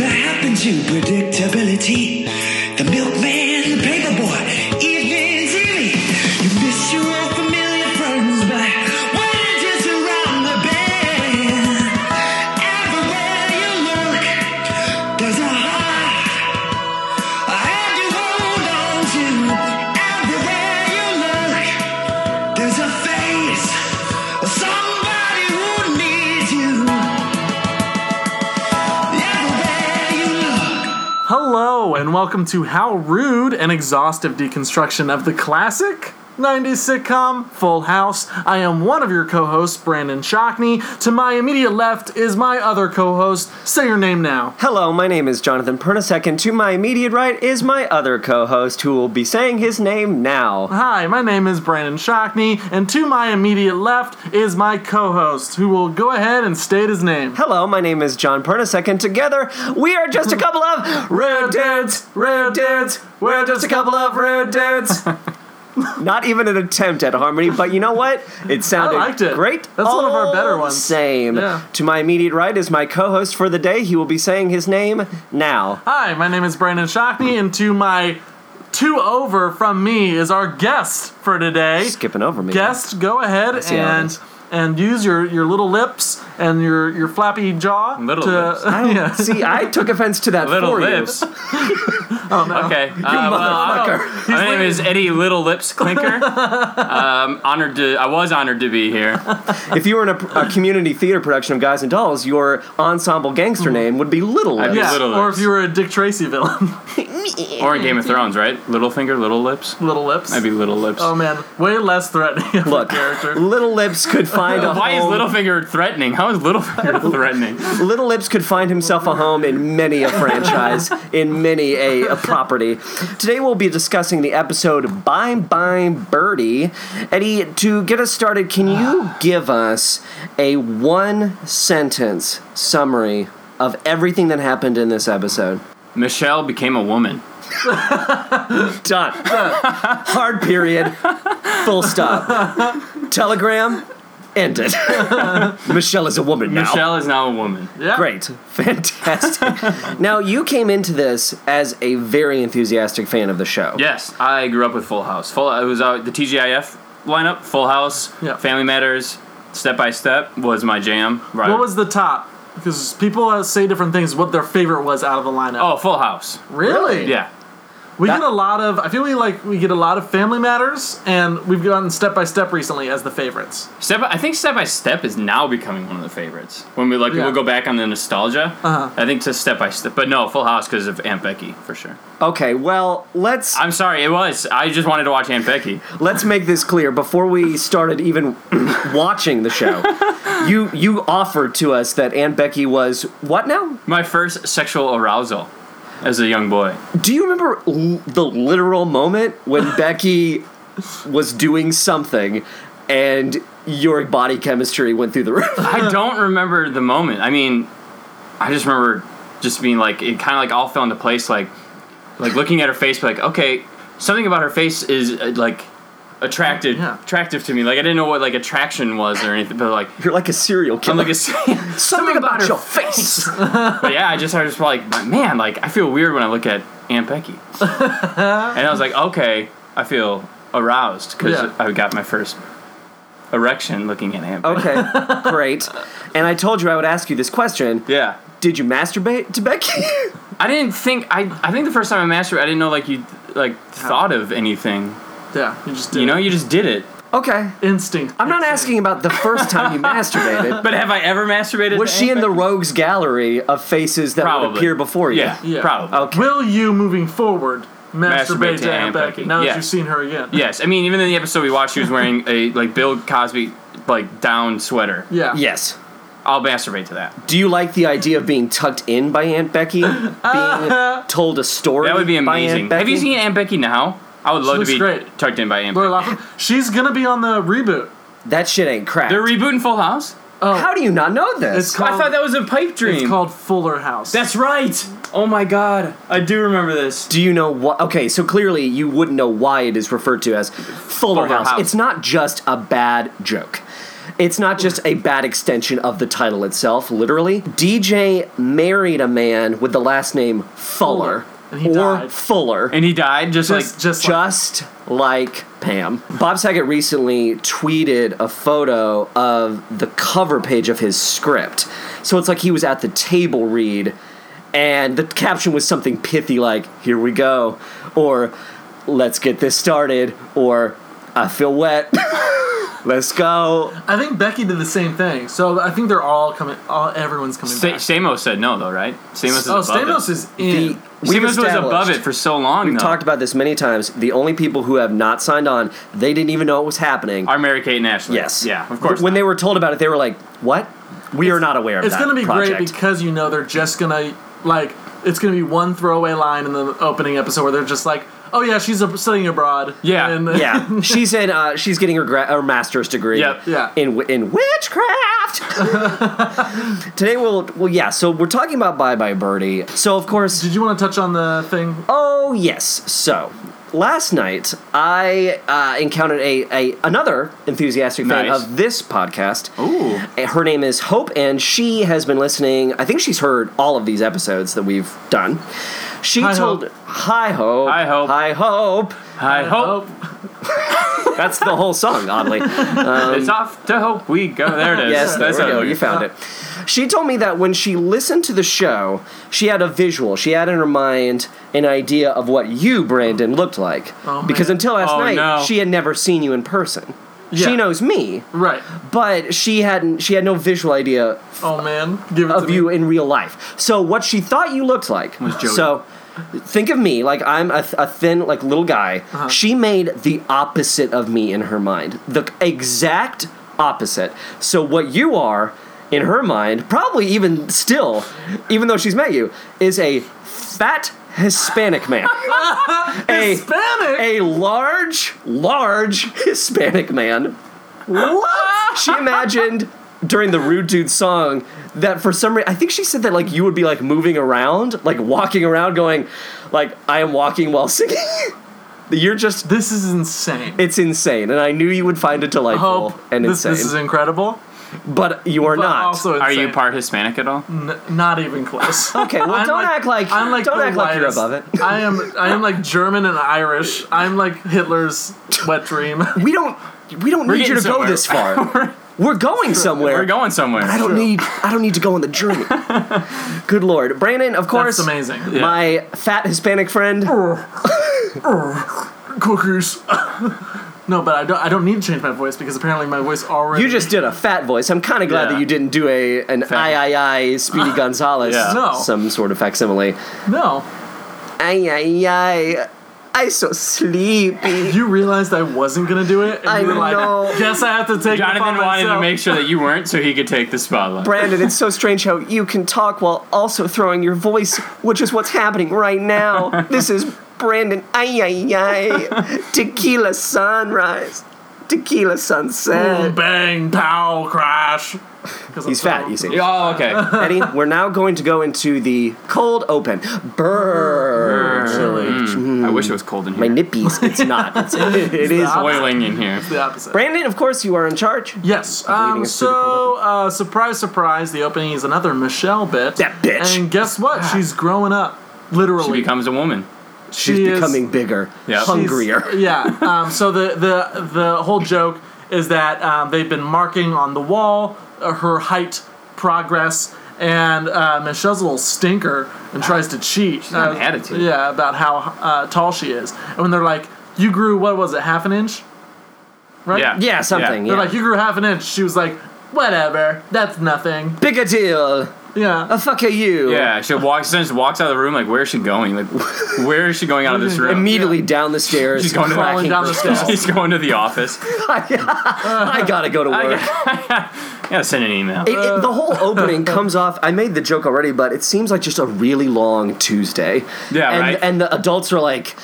into predictability. The milkman, the paperboy, even Jimmy. You miss your old familiar friends, but when just around the bend, everywhere you look, there's a heart. And you hold on to everywhere you look. There's a face of somebody who needs you. Everywhere you look. Hello, and welcome to How Rude, an exhaustive deconstruction of the classic 90s sitcom Full House. I am one of your co hosts, Brandon Shockney. To my immediate left is my other co host. Say your name now. Hello, my name is Jonathan Pernasek, and to my immediate right is my other co host who will be saying his name now. Hi, my name is Brandon Shockney, and to my immediate left is my co host, who will go ahead and state his name. Hello, my name is John Pernasek, and together we are just a couple of rude dudes, rude dudes, we're just a couple of rude dudes. Not even an attempt at harmony, but you know what? It sounded liked it. great. That's one of our better all the ones. Same. Yeah. To my immediate right is my co host for the day. He will be saying his name now. Hi, my name is Brandon Shockney, and to my two over from me is our guest for today. Skipping over me. guest, go ahead see how it and is. and use your, your little lips and your, your flappy jaw. Little to, lips. I don't- Yeah. See, I took offense to that Little for lips. you. Oh, Okay. You motherfucker. my name is Eddie Little Lips Clinker. um, honored to, I was honored to be here. If you were in a, a community theater production of Guys and Dolls, your ensemble gangster name would be Little Lips. Mm-hmm. be Yeah, Little or lips. if you were a Dick Tracy villain, Or in Game of Thrones, right? Little Finger, Little Lips. little lips. Maybe Little Lips. Oh man, way less threatening of Look, a character. Little Lips could find a Why is home. Littlefinger threatening? How is Littlefinger threatening? Little Lips could find himself a home in many a franchise, in many a, a property. Today we'll be discussing the episode Bye Bye Birdie. Eddie, to get us started, can you give us a one sentence summary of everything that happened in this episode? Michelle became a woman. Done. Hard period. Full stop. Telegram ended. Michelle is a woman now. Michelle is now a woman. Yeah. Great. Fantastic. now, you came into this as a very enthusiastic fan of the show. Yes, I grew up with Full House. Full, it was uh, the TGIF lineup. Full House, Yeah. Family Matters, Step by Step was my jam. Right. What was the top? Because people uh, say different things. What their favorite was out of the lineup? Oh, Full House. really? Yeah. We That- get a lot of. I feel we like we get a lot of Family Matters, and we've gotten Step by Step recently as the favorites. Step, I think Step by Step is now becoming one of the favorites. When we like, Yeah. people go back on the nostalgia. Uh-huh. I think to Step by Step, but no, Full House because of Aunt Becky for sure. Okay, well, let's I'm sorry, it was. I just wanted to watch Aunt Becky. let's make this clear before we started even watching the show. You you offered to us that Aunt Becky was what now? My first sexual arousal as a young boy. Do you remember l- the literal moment when Becky was doing something and your body chemistry went through the roof? I don't remember the moment. I mean, I just remember just being like it kind of like all fell into place. Like, like looking at her face, like okay, something about her face is uh, like attracted, Yeah. attractive to me. Like I didn't know what like attraction was or anything, but like You're like a serial I'm killer. like a. something about your face. but yeah, I just I was just like, man, like I feel weird when I look at Aunt Becky, and I was like, okay, I feel aroused because Yeah. I got my first erection looking at Aunt. Becky. Okay, great. And I told you I would ask you this question. Yeah, Did you masturbate to Becky? I didn't think I. I think the first time I masturbated, I didn't know like you like thought of anything. Yeah, you just did You it. know, you just did it. okay. instinct. I'm not asking about the first time you masturbated. But have I ever masturbated? Was to she Aunt in the Becky? rogues gallery of faces that would Probably. appear before you? Yeah, Yeah. probably. Okay. Will you moving forward masturbate, to Aunt Becky, now that Yes. you've seen her again? Yes, I mean even in the episode we watched, she was wearing a like Bill Cosby like down sweater. Yeah. Yes. I'll masturbate to that. Do you like the idea of being tucked in by Aunt Becky? Uh-huh. Being told a story? That would be by Aunt amazing. Becky? Have you seen Aunt Becky now? I would love to looks be great. tucked in by Aunt Lori Becky. Loughlin. She's gonna be on the reboot. that shit? Ain't crap. They're rebooting Full House. How do you not know this? It's called, I thought that was a pipe dream. it's called Fuller House. That's right. Oh my god, I do remember this. Do you know what? Okay, so clearly you wouldn't know why it is referred to as Fuller, Fuller House. House. It's not just a bad joke. It's not just a bad extension of the title itself, literally. DJ married a man with the last name Fuller. And he or died. Fuller. And he died just, Just, like just, like- just like Pam. Bob Saget recently tweeted a photo of the cover page of his script. So it's like he was at the table read, and the caption was something pithy like, Here we go, or Let's get this started, or I feel wet. Let's go. I think Becky did the same thing. So I think they're all coming. All everyone's coming Sta- back. Stamos said no though, right? Stamos is oh, above Stamos it. is in. The- We've Stamos was above established- it for so long. We've though. talked about this many times. The only people who have not signed on, they didn't even know it was happening. Our Mary Kate and Ashley. Yes. Yeah, of course. When they were told about it, they were like, "What? We are not aware of it's that." gonna be project. great because you know they're just gonna like. It's gonna be one throwaway line in the opening episode where they're just like, "Oh yeah, she's ab- studying abroad." Yeah. And, yeah, she's in. Uh, she's getting her, gra- her master's degree. Yep. Yeah. In wi- in witchcraft. Today we'll well yeah. So we're talking about Bye Bye Birdie. So of course Did you want to touch on the thing? Oh yes. So last night I uh, encountered a, a another enthusiastic fan Nice. of this podcast. Ooh. Uh, Her name is Hope, and she has been listening. I think she's heard all of these episodes that we've done. She Hi, told Hope. Hi Hope. Hi, Hope. Hi Hope. I hope That's the whole song, oddly. it's off to hope we go. Um, There it is. yes, there That's we how go. it You is. found it. She told me that when she listened to the show, she had a visual. She had in her mind an idea of what you, Brandon, looked like. Oh, man. because until last Oh, night, no. she had never seen you in person. Yeah. She knows me, Right. but she hadn't. She had no visual idea Oh man, give it to of me. you in real life. So what she thought you looked like was Jody. So think of me like I'm a, th- a thin like little guy. Uh-huh. She made the opposite of me in her mind, the exact opposite. So what you are in her mind, probably even still, even though she's met you, is a fat Hispanic man. a, Hispanic. a large, large Hispanic man. What? she imagined during the Rude Dude song that for some reason, I think she said that like you would be like moving around, like walking around going, like, I am walking while singing. You're just, this is insane. it's insane. And I knew you would find it delightful Hope. and this, insane. this is incredible. but you are But not. Also Are insane. you part Hispanic at all? N- not even close. okay, well, I'm don't act like, I'm like don't the act like you're lightest. above it. I am. I am like German and Irish. I'm like Hitler's wet dream. We don't, we don't need you getting to go somewhere. this far. We're going somewhere. We're going somewhere. I don't need I don't need to go on the journey. Good lord. Brandon, of course That's amazing. my fat Hispanic friend. Cookies. no, but I don't. I don't need to change my voice because apparently my voice already. You just did a fat voice. I'm kinda glad Yeah. that you didn't do a an Fat. I I I Speedy Gonzalez Yeah. No. some sort of facsimile. no. Ay ay ay I so sleepy. You realized I wasn't gonna do it, and I you were like, know. "Guess I have to take." it Jonathan upon wanted to myself." make sure that you weren't, so he could take the spotlight. Brandon, it's so strange how you can talk while also throwing your voice, which is what's happening right now. This is Brandon. Ay ay ay. Tequila sunrise. Tequila sunset. Boom, Mm. bang, pow, crash. 'Cause He's I'm fat, so- you see. Oh, okay. Eddie, we're now going to go into the cold open. Brr. Mm. Really, I wish it was cold in My here. nippies. It's not. It's, it, it is. Stop. Boiling in here. the opposite. Brandon, of course, you are in charge. Yes. leading Um, us through the so, uh, surprise, surprise, the opening is another Michelle bit. That bitch. And guess what? She's growing up. Ah. She Literally. becomes a woman. She's She is- becoming bigger, Yeah. hungrier. yeah. Um, so the, the the whole joke is that um, they've been marking on the wall uh, her height progress, and uh, Michelle's a little stinker and tries to cheat. She's got an attitude. Yeah, about how uh, tall she is, and when they're like, "You grew what was it? Half an inch?" Right. Yeah. Yeah, something. They're Yeah. like, "You grew half an inch." She was like, "Whatever. That's nothing." Big a deal. Yeah. The fuck are you? Yeah, she walks. She just walks out of the room. Like, where is she going? Like, where is she going out of this room? Immediately down the stairs. She's going to- Crawling cracking down the her stairs. She's going to the office. I gotta go to work. Yeah, send an email. It, it, the whole opening comes off. I made the joke already, but it seems like just a really long Tuesday. Yeah, and, right. And the adults are like,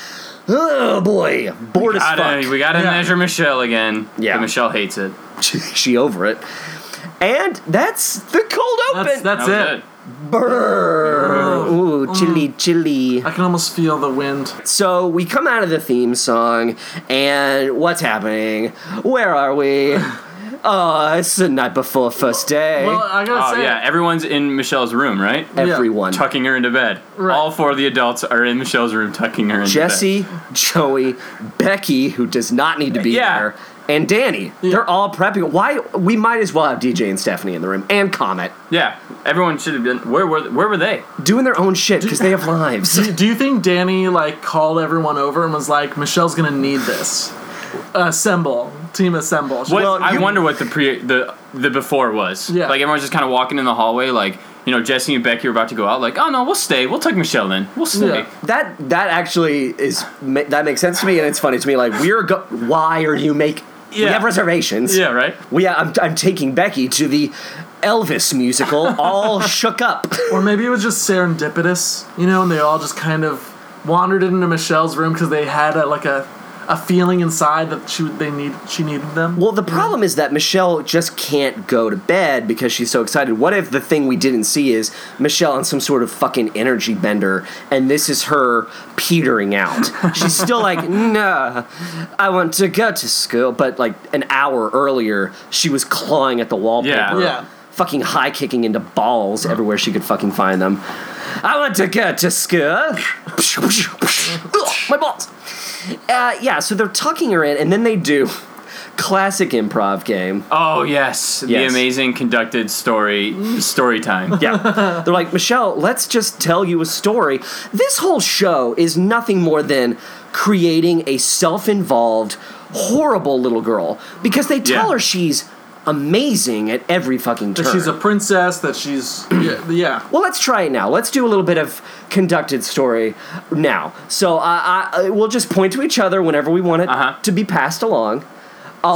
"Oh boy, bored as fuck." Gotta, we gotta Yeah. measure Michelle again. Yeah. But Michelle hates it. she, she over it. And that's the cold That's open. that's That was it. Brrr. Ooh, chilly, chilly. I can almost feel the wind. So we come out of the theme song, and what's happening? Where are we? Oh, it's the night before first day. Well, I gotta Oh say, yeah, everyone's in Michelle's room, right? Everyone. Tucking her into bed. Right. All four of the adults are in Michelle's room, tucking her into bed. Jesse, Joey, Becky, who does not need to be Yeah. there, and Danny. They're all prepping. Why? We might as well have DJ and Stephanie in the room and Comet Yeah, everyone should have been. Where were where were they? doing their own shit because they have lives. Do- Do you think Danny like called everyone over and was like, "Michelle's gonna need this. Assemble, team assemble." She- What, Well, I you- wonder what the pre the the before was. Yeah. Like everyone's just kind of walking in the hallway, like you know Jesse and Becky are about to go out. Like, oh no, we'll stay. We'll tuck Michelle in. We'll stay. Yeah. that that actually is ma- that makes sense to me and it's funny to me. Like we're go- why are you make? We Yeah. have reservations. Yeah, right. We I'm I'm taking Becky to the Elvis musical. all shook up. Or maybe it was just serendipitous, you know, and they all just kind of wandered into Michelle's room because they had a, like a a feeling inside that she would- they need she needed them. Well, the problem is that Michelle just can't go to bed because she's so excited. What if the thing we didn't see is Michelle on some sort of fucking energy bender and this is her petering out? She's still like, nah, I want to go to school. But like an hour earlier, she was clawing at the wallpaper. Yeah. Fucking high kicking into balls everywhere she could fucking find them. I want to go to school. Ugh, My balls. Uh, yeah, so they're tucking her in, and then they do classic improv game. Oh yes, the Yes. amazing conducted story story time. Yeah. They're like, Michelle, let's just tell you a story. This whole show is nothing more than creating a self involved, horrible little girl because they tell Yeah. her she's amazing at every fucking turn. that she's a princess. That she's yeah, yeah. well, let's try it now. Let's do a little bit of conducted story now. So uh, I, I, we'll just point to each other whenever we want it Uh-huh. to be passed along.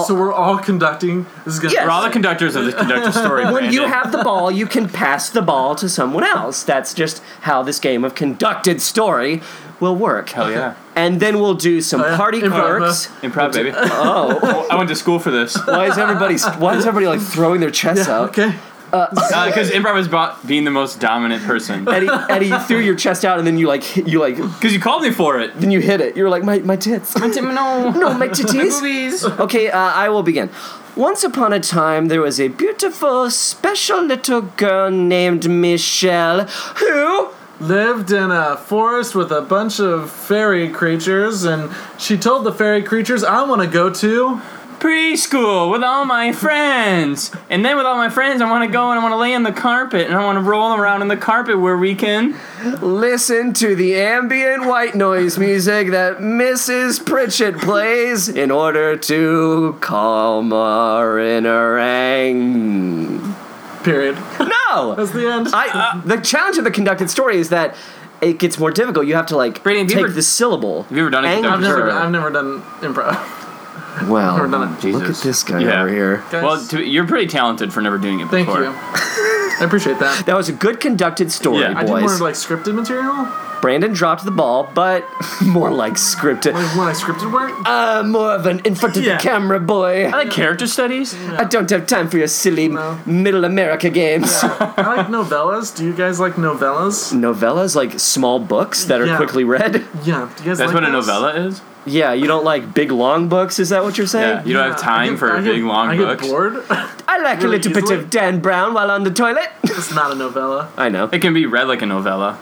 So we're all conducting. This is gonna. Yes. We're all the conductors of the conductor story. when you Brandon. have the ball, you can pass the ball to someone else. That's just how this game of conducted story will work. Hell Oh, yeah. Oh, And then we'll do some yeah. party Improv, quirks. improv, baby. Oh, I went to school for this Why is everybody why is everybody like throwing their chests out? Okay. because Uh, improv is about being the most dominant person. Eddie, Eddie, you threw your chest out and then you like hit- you like Because you called me for it. then you hit it. You were like my my tits. No, no, my titties. movies. Okay, uh, I will begin. Once upon a time, there was a beautiful, special little girl named Michelle who lived in a forest with a bunch of fairy creatures, and she told the fairy creatures, "I want to go to." preschool with all my friends. And then with all my friends, I want to go and I want to lay on the carpet and I want to roll around in the carpet where we can. Listen to the ambient white noise music that Mrs. Pritchett plays in order to calm our inner ang. Period. No! That's the end. I, the challenge of the conducted story is that it gets more difficult. You have to, like, Brady, have you take ever- the syllable. you ever done a I've conducted never, Anger. I've never done improv. Wow. never done it. Look at Jesus. this guy Yeah. over here. Guys, Well, to, you're pretty talented for never doing it thank before. you. I appreciate that. That was a good conducted story, Yeah. I I did more boys. of, like scripted material, Brandon dropped the ball, but more like scripted. like when I scripted work. Uh, more of an in front of Yeah. the camera boy. I like character studies. Mm. I don't have time for your silly No. middle America games. I like novellas. Do you guys like novellas? Novellas, like small books that are Yeah. quickly read. Yeah. Do you guys That's like what a those? novella is. Yeah, you don't like big long books, is that what you're saying? Yeah, you don't have time I get- for I get- big long I get books. bored. I like Really a little easily? bit of Dan Brown while on the toilet. it's not a novella. I know. It can be read like a novella.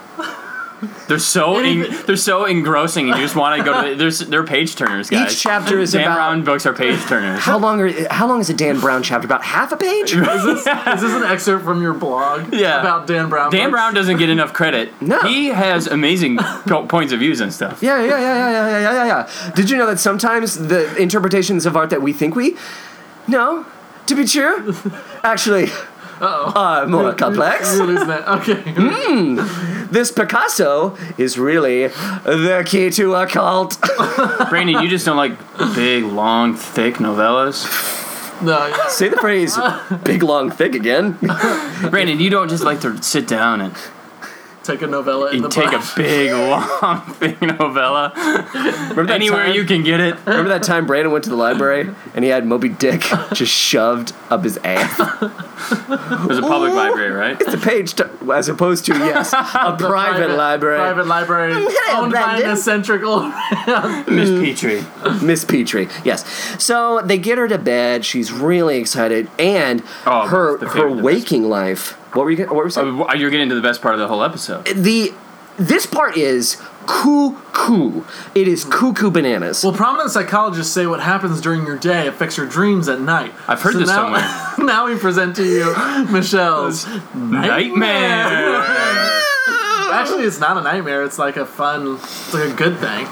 They're so en- Anything- they're so engrossing, and you just want to go to. The, there's they're page turners, guys. Each chapter is Dan about- Brown books are page turners. How long are how long is a Dan Brown chapter? About half a page? Is this an excerpt from your blog? Yeah. About Dan Brown. Dan books? Brown doesn't get enough credit. No. he has amazing po- points of views and stuff. Yeah, yeah, yeah, yeah, yeah, yeah, yeah, yeah, yeah. Did you know that sometimes the interpretations of art that we think we know to be true actually are more complex? We're losing that. Okay. Hmm? This Picasso is really the key to a cult. Brandon, you just don't like big, long, thick novellas. No. yeah. Say the phrase "big long thick" again. Brandon, you don't just like to sit down and Take a novella in You the take a box. big long thing novella Remember that anywhere time? you can get it. Remember that time Brandon went to the library and he had Moby Dick just shoved up his ass? It was a public library, right? The page, t- as opposed to, yes, a private, library. Private library Hello, owned by an Brandon. eccentric old Miss Petrie. Miss Petrie, yes. So they get her to bed. She's really excited, and Oh, her the her favorite, the waking life. What were you? What were you saying? Oh, You're getting to the best part of the whole episode. the this part is cuckoo. It is cuckoo bananas. Well, prominent psychologists say what happens during your day affects your dreams at night. I've heard this now, now we present to you Michelle's. Nightmare. Actually, it's not a nightmare. It's like a fun, it's like a good thing.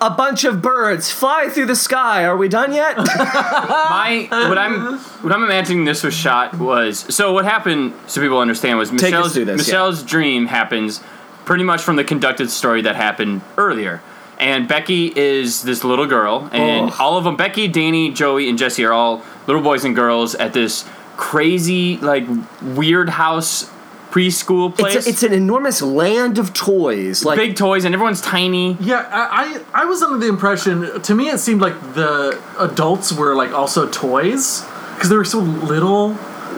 a bunch of birds fly through the sky. Are we done yet? My what I'm what I'm imagining this was shot was so what happened so people understand was us Michelle's through this, yeah. Michelle's dream happens pretty much from the conducted story that happened earlier. And Becky is this little girl, and Oh. all of them Becky, Danny, Joey, and Jesse are all little boys and girls at this crazy, like, weird house preschool place. it's, a, it's an enormous land of toys. Like big toys, and everyone's tiny. Yeah, I, I I was under the impression. To me, it seemed like the adults were like also toys because they were so little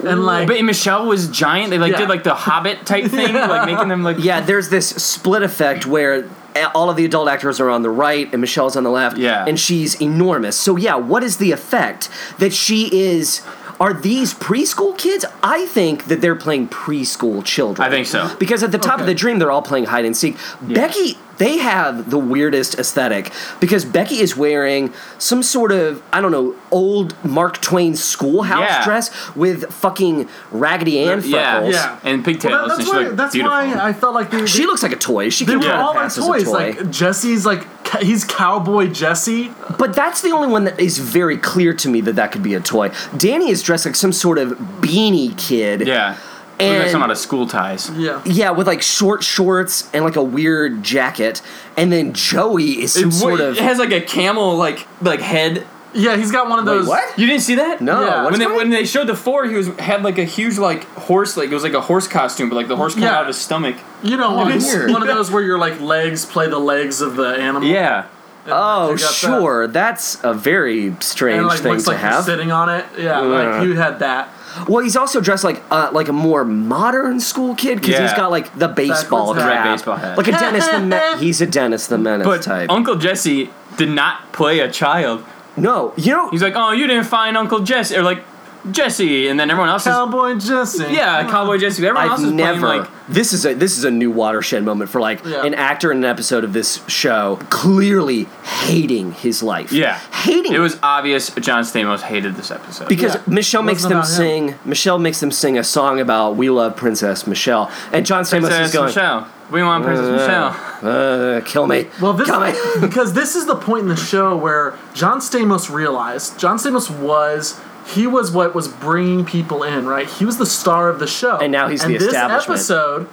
and like But Michelle was giant. They like Yeah. did like the Hobbit type thing, like making them like yeah, there's this split effect where all of the adult actors are on the right and Michelle's on the left. Yeah. And she's enormous. So, yeah, what is the effect that she is. Are these preschool kids? I think that they're playing preschool children. I think so. Because at the top of Okay. the dream, they're all playing hide and seek. Becky, they have the weirdest aesthetic because Becky is wearing some sort of, I don't know, old Mark Twain schoolhouse Yeah. dress with fucking Raggedy Ann freckles. yeah, Yeah. and pigtails. Well, and that- that's she why looked that's beautiful. why I felt like they, She they, looks like a toy. She they can were yeah. all like pass as a toys. toy. Like Jesse's like ca- he's cowboy Jesse. but that's the only one that is very clear to me that that could be a toy. Danny is dressed like some sort of beanie kid. Yeah. Looked And- like someone out of school ties. Yeah. Yeah, with like short shorts and like a weird jacket, and then Joey is some It, sort of has like a camel like like head. Yeah, he's got one of Wait, those. what? You didn't see that? no. Yeah. what's When they, going- when they showed the four, he was had like a huge like horse like it was like a horse costume, but like the horse came Yeah. out of his stomach. You know, one, Nice. one of those where your like legs play the legs of the animal. Yeah. oh They got that. sure, that's a very strange And like thing looks to like you're have. Uh. sitting on it. Yeah, Yeah. like you had that. Well, he's also dressed like uh, like a more modern school kid because he's Yeah. got like the baseball Backwards hat. cap, Red baseball hat. like a Dennis the Me- he's a Dennis the Menace But type. Uncle Jesse did not play a child. no, you know He's like, Oh, you didn't find Uncle Jesse or like Jesse and then everyone else is Cowboy Jesse. Yeah, Cowboy Jesse. Everyone else I've is never. playing like this is a this is a new watershed moment for like Yeah. an actor in an episode of this show clearly hating his life. Yeah. hating It was obvious John Stamos hated this episode. because Yeah. Michelle makes Wasn't them about him. sing. Michelle makes them sing a song about "We Love Princess Michelle," and John Stamos Princess is going, Michelle. We want Princess Uh, Michelle. uh, "Kill me, Well, this kill me." because this is the point in the show where John Stamos realized John Stamos was he was what was bringing people in, right? He was the star of the show, And now he's the this establishment. episode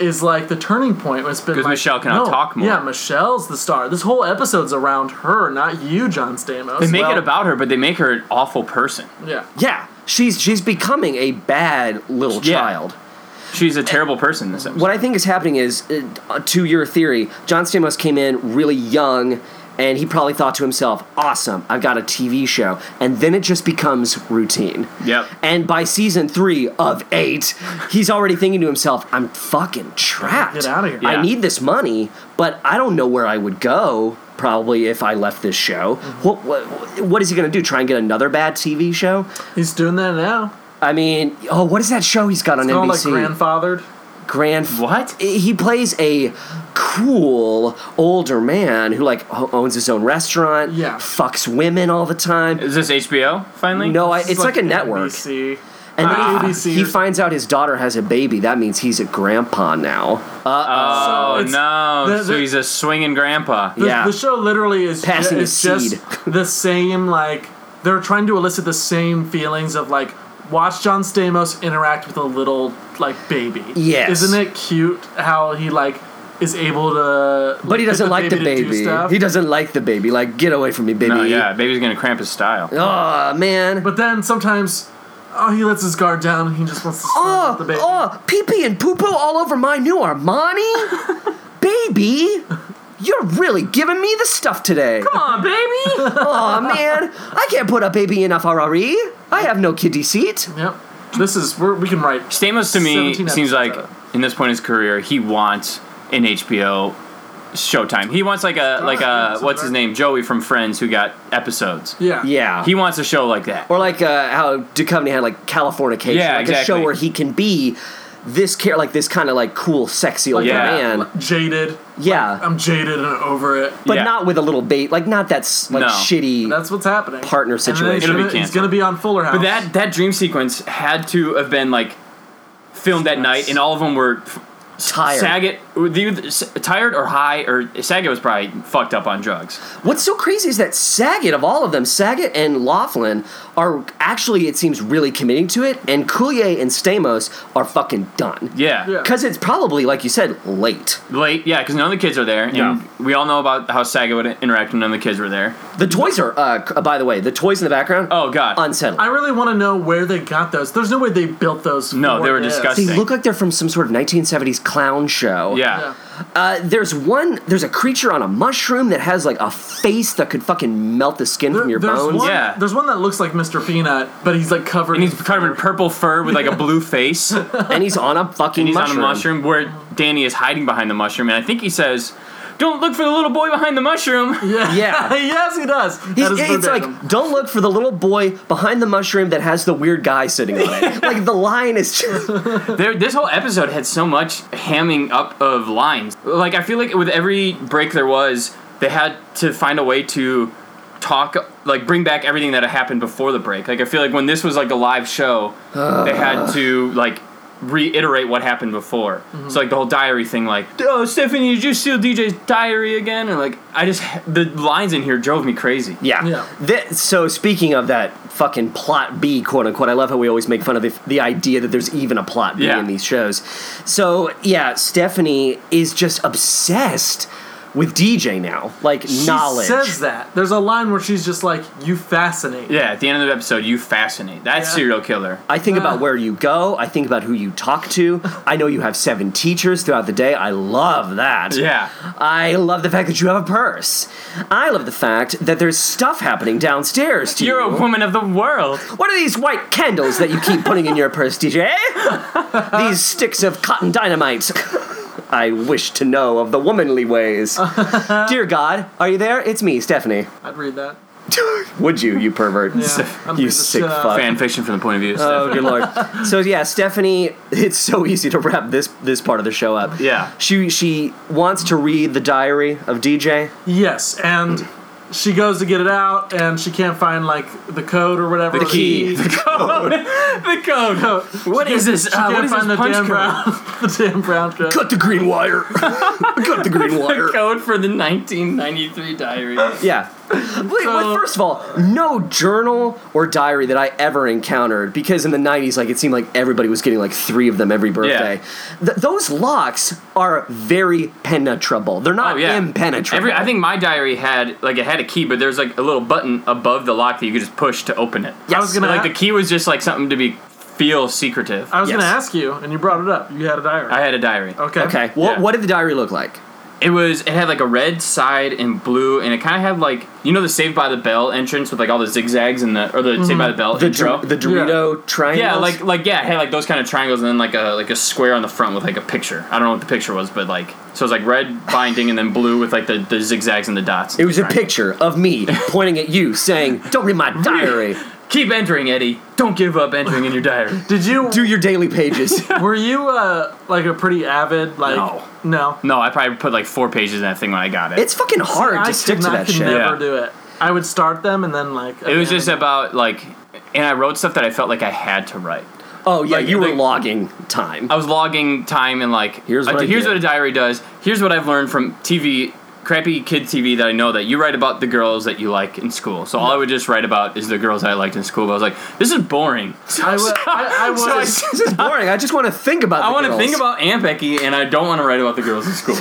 is like the turning point. Where it's been 'Cause like, Michelle can now no, talk more. Yeah, Michelle's the star. This whole episode's around her, not you, John Stamos. They make well- it about her, but they make her an awful person. yeah. Yeah, she's she's becoming a bad little Yeah. child. She's a terrible person in this episode. What I think is happening is, uh, to your theory, John Stamos came in really young, and he probably thought to himself, "Awesome, I've got a TV show," and then it just becomes routine. Yep. And by season three of eight, he's already thinking to himself, "I'm fucking trapped. Get outta here." I Yeah. need this money, but I don't know where I would go." Probably if I left this show, Mm-hmm. what, what what is he going to do? Try and get another bad TV show? He's doing that now. I mean, oh, what is that show he's got on It's called like NBC? grandfathered. Grand. What? He plays a cool older man who like o- owns his own restaurant. Yeah. Fucks women all the time. Is this HBO finally? No, I, it's, like, a network. NBC. And then Ah. he- ABC. he finds out his daughter has a baby. That means he's a grandpa now. Uh, Uh, So Oh it's- no! the- so the- he's a swinging grandpa. The, yeah. the show literally is Passing ju- a is just seed. the same like they're trying to elicit the same feelings of like watch John Stamos interact with a little like baby. Yes. Isn't it cute how he like is able to but he get doesn't like the to do baby. stuff. He doesn't like the baby. Like, get away from me, baby. No, yeah, baby's gonna cramp his style. Oh man. But then sometimes Oh, he lets his guard down. He just wants to slam Oh, the baby. oh, pee pee and poo poo all over my new Armani? baby, you're really giving me the stuff today. Aw, baby! Aw, man, I can't put a baby in a Ferrari. I have no kiddie seat. Yep. This is we're, we can write. Stamos to 17 me episodes seems like out. in this point in his career he wants an HBO Showtime. He wants like a like yeah, a so what's his dark. name Joey from Friends who got episodes. Yeah. Yeah. He wants a show like that. or like uh, how Duchovny had like Californication, Yeah, like a show exactly. where he can be this care like this kind of like cool, sexy old Yeah. um, man. Jaded. Yeah, I'm jaded and over it. but Yeah. not with a little bait, like not that s- like No. shitty. That's what's happening. Partner And then he's situation. It'll be gonna- He's canceled. going to be on Fuller House. But that that dream sequence had to have been like filmed that night, and all of them were tired. Saget were they either s- tired or high, or Saget was probably fucked up on drugs. What's so crazy is that Saget of all of them, Saget and Laughlin are actually it seems really committing to it, and Coulier and Stamos are fucking done. Yeah, Yeah. Because it's probably, like you said, late. late. Yeah, because none of the kids are there, and Yeah. we all know about how Saget would interact when none of the kids were there. The toys are, uh, c- by the way, the toys in the background, Oh God, unsettling. I really want to know where they got those. There's no way they built those. No, for they were this. disgusting. they look like they're from some sort of 1970s clown show. yeah. Yeah. Uh, there's one. There's a creature on a mushroom that has like a face that could fucking melt the skin There- from your there's bones. One, Yeah. There's one that looks like Mr. Peanut, but he's like covered. And he's covered in purple fur with like a blue face. and And he's on a fucking he's mushroom. on a mushroom where Danny is hiding behind the mushroom. And I think he says, Don't look for the little boy behind the mushroom. Yeah. Yeah. yes, he does. He's, that is it's verbatim. like, don't look for the little boy behind the mushroom that has the weird guy sitting on it. like the line is just There, this whole episode had so much hamming up of lines. Like, I feel like with every break there was, they had to find a way to talk, like, bring back everything that had happened before the break. Like, I feel like when this was like a live show, they had to, like, reiterate what happened before. So like the whole diary thing, like, oh Stephanie, did you steal DJ's diary again? And like, I just the lines in here drove me crazy. yeah. Yeah. Thi- so speaking of that fucking plot B, quote unquote, I love how we always make fun of the, the idea that there's even a plot B Yeah. in these shows. So yeah, Stephanie is just obsessed with DJ now, like she knowledge. says that. There's a line where she's just like, "You fascinate." Yeah, at the end of the episode, you fascinate. That's Yeah. serial killer. I think Ah. about Uh. where you go. I think about who you talk to. I know you have seven teachers throughout the day. I love that. Yeah. I love the fact that you have a purse. I love the fact that there's stuff happening downstairs to You're a you. woman of the world. What are these white candles that you keep putting in your purse, DJ? these sticks of cotton dynamite. I wish to know of the womanly ways. Dear God, are you there? It's me, Stephanie. I'd read that. Would you, you pervert? I'm you reading the sick shit out of fuck. Fan fiction from the point of view. of Oh, Stephanie. good lord. So yeah, Stephanie. It's so easy to wrap this this part of the show up. Yeah. She she wants to read the diary of DJ. Yes, and she goes to get it out, and she can't find like the code or whatever. The key. The the code. code. What is this? She Uh, what can't is find this the punch damn code? brown. the damn brown code. Cut the green wire. Cut the green The code for the 1993 diary. Yeah. Wait, So- well, first of all, no journal or diary that I ever encountered because in the 90s, like, it seemed like everybody was getting like three of them every birthday. Th- those locks are very penetrable. They're not Oh yeah, impenetrable. Every, I think my diary had like it had a key, but there's like a little button above the lock that you could just push to open it. Yes. I was gonna But, like a- the key was just like something to be feel secretive. I was gonna Yes. ask you, and you brought it up. You had a diary. I had a diary. okay. Okay. What, Yeah. what did the diary look like? It was it had like a red side and blue, and it kind of had like you know the Saved by the Bell entrance with like all the zigzags and the or the Saved by the Bell The, intro. dor- the Dorito triangle? yeah, like like yeah, it had like those kind of triangles, and then like a like a square on the front with like a picture. I don't know what the picture was, but like so it was like red binding and then blue with like the, the zigzags and the dots. It was a picture of me pointing at you saying, Don't read my diary. Keep entering, Eddie. Don't give up entering in your diary. Did you? Do your daily pages. were you uh like a pretty avid like? No. No. No, I probably put like four pages in that thing when I got it. It's fucking hard I to could stick to not- that could shit. Never Yeah. do it. I would start them and then like. it was just about like, and I wrote stuff that I felt like I had to write. Oh, yeah, Like, you were like- logging time. I was logging time and like, Here's what uh, I here's did. what a diary does. Here's what I've learned from TV, crappy kid TV that I know that you write about the girls that you like in school. So all I would just write about is the girls I liked in school. But I was like, this is boring. I would. I, I would. So I- this is boring. I just want to think about. I the want to girls. think about Aunt Becky, and I don't want to write about the girls in school.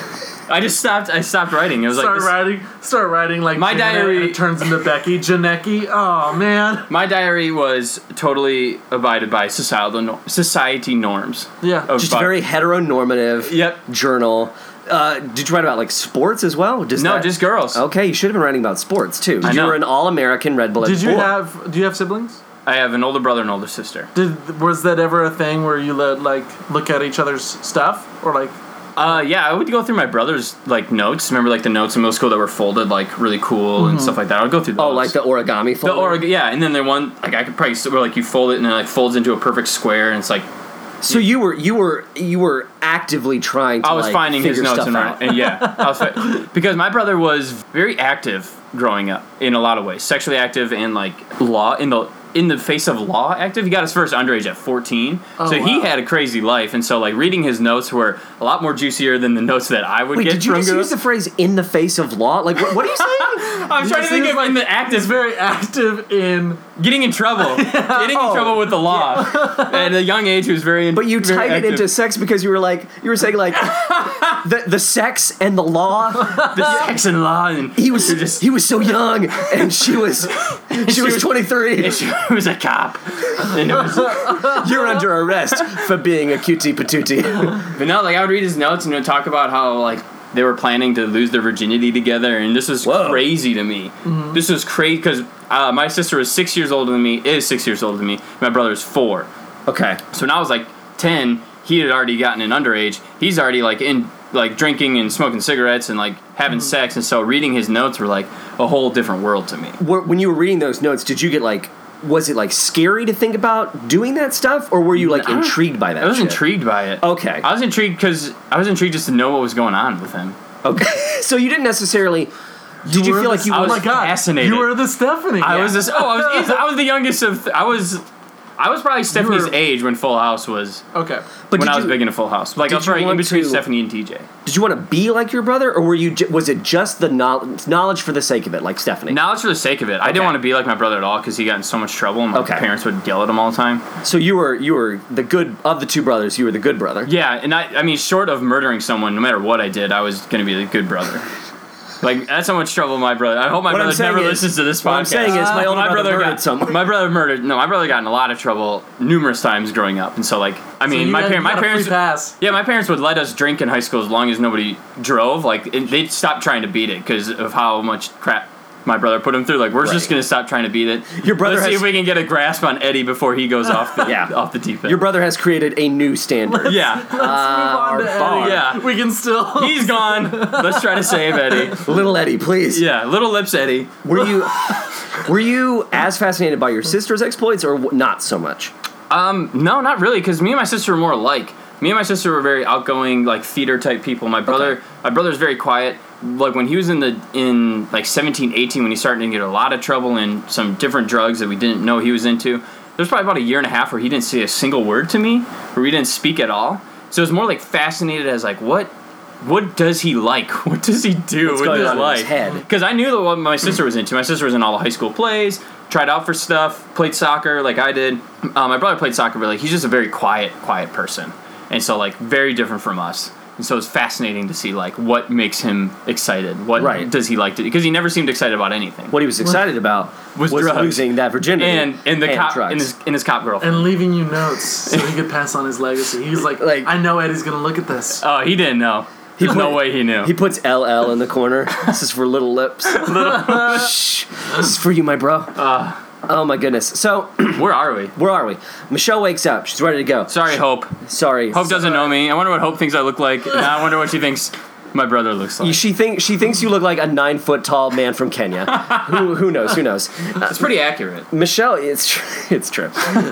I just stopped. I stopped writing. It was like Start this- writing, start writing like My Janet, and diary- it turns into Becky Janecki. Oh man, my diary was totally abided by societal no- society norms. yeah. Of Just bu- very heteronormative Yep. journal. Uh, did you write about like sports as well? Just No, that- Oh. just girls. Okay, you should have been writing about sports too. I you know. were an all-American red blooded. Did you boy. have? Do you have siblings? I have an older brother and older sister. Did was that ever a thing where you let like look at each other's stuff or like? Uh, yeah, I would go through my brother's like notes. Remember, like the notes in middle school that were folded like really cool and stuff like that. I would go through. Those. Mm-hmm. Oh, like the origami the folder. org. Yeah, and then the one like I could probably s- where like you fold it and it like folds into a perfect square and it's like So you were you were you were actively trying. to I was like, finding his figure notes stuff and out. writing. and yeah, I was fi- because my brother was very active growing up in a lot of ways, sexually active and like law in the in the face of law active. He got his first underage at fourteen, Oh, so he wow. had a crazy life. And so like reading his notes were a lot more juicier than the notes that I would Wait, get. did you from just growing use the phrase "in the face of law"? Like, what, what are you saying? up. I was trying to just think use, of like, in the active, It's very active in. getting in trouble, getting in trouble with the law at a young age. He was very. But you very tied it active. into sex because you were like you were saying like the the sex and the law. the sex and law, and He was You're just- he was so young, and she was she, was, was- twenty three. she was a cop. And it was, You're under arrest for being a cutie patootie. But no, like I would read his notes and it would talk about how like they were planning to lose their virginity together, and this was Whoa. crazy to me. This was crazy because uh, my sister was six years older than me, is six years older than me. My brother is four. Okay, So when I was like ten, he had already gotten an underage. He's already like in like drinking and smoking cigarettes and like having Mm-hmm. sex, and so reading his notes were like a whole different world to me. Wh- when you were reading those notes, did you get like? Was it like scary to think about doing that stuff, or were you like I don't- intrigued by that? I was shit? Oh. intrigued by it. Okay. I was intrigued because I was intrigued just to know what was going on with him. Okay. so you didn't necessarily. Did you, were feel the- like you I Oh was my god! fascinated. You were the Stephanie. I was this. Oh, I was. easy- I was the youngest of. I was. I was probably Stephanie's were- age when Full House was. Okay. when But did I was you, big into Full House, like I did was you probably in want between to- Stephanie and TJ. Did you want to be like your brother, or were you? Ju- was it just the knowledge, knowledge for the sake of it, like Stephanie? Now it's for the sake of it. I Okay. didn't want to be like my brother at all because he got in so much trouble. and My Okay. parents would yell at him all the time. So you were you were the good of the two brothers. You were the good brother. Yeah, and I. I mean, short of murdering someone, no matter what I did, I was going to be the good brother. Like that's how much trouble my brother. I hope my What I'm brother saying never is- listens to this podcast. what I'm saying is my older brother murdered got, someone. My brother murdered. No, my brother got in a lot of trouble numerous times growing up, and so like I So mean, you my, had- par- you my had a free parents. pass. Yeah, my parents would let us drink in high school as long as nobody drove. Like it, they'd stop trying to beat it because of how much crap my brother put him through. Like we're just Right. gonna stop trying to beat it. Your brother Let's see has- if we can get a grasp on Eddie before he goes off the Yeah. off the deep end. Your brother has crereated a new standard. yeah, Let's move on our to bar. Eddie. Uh, Yeah. We can still. he's gone. Let's try to save Eddie. Little Eddie, please. Yeah, little lips Eddie. Were you were you as fascinated by your sister's exploits, or w- not so much? Um, no, not really, because me and my sister were more alike. Me and my sister were very outgoing, like theater type people. My brother, Okay. my brother's very quiet. Like when he was in the in like 17, 18, when he started to get a lot of trouble and some different drugs that we didn't know he was into. There's probably about a year and a half where he didn't say a single word to me, where we didn't speak at all. So it was more like fascinated as like what. What does he like? What does he do with going his on in his life? head? Because I knew that what my sister was into. My sister was in all the high school plays, tried out for stuff, played soccer like I did. Um, my brother played soccer, but like he's just a very quiet, quiet person, and so like very different from us. And so it's fascinating to see like what makes him excited. What Right. does he like to? Because he never seemed excited about anything. What he was excited about Was drugs. losing that virginity and and the cop drugs. and his, and his cop girlfriend. And leaving you notes so he could pass on his legacy. He's like, Like- I know Eddie's gonna look at this. Oh, he didn't know. There's no put- way he knew. He puts LL in the corner. this is for little lips. Shh. This is for you, my bro. Uh. oh my goodness. So, Where are we? where are we? Michelle wakes up. She's ready to go. Sorry, Hope. Sorry. Hope doesn't know me. I wonder what Hope thinks I look like. And I wonder what she thinks my brother looks like. She thinks she thinks you look like a nine foot tall man from Kenya. who who knows? Who knows? Uh, It's pretty accurate. Michelle, it's tr- it's true.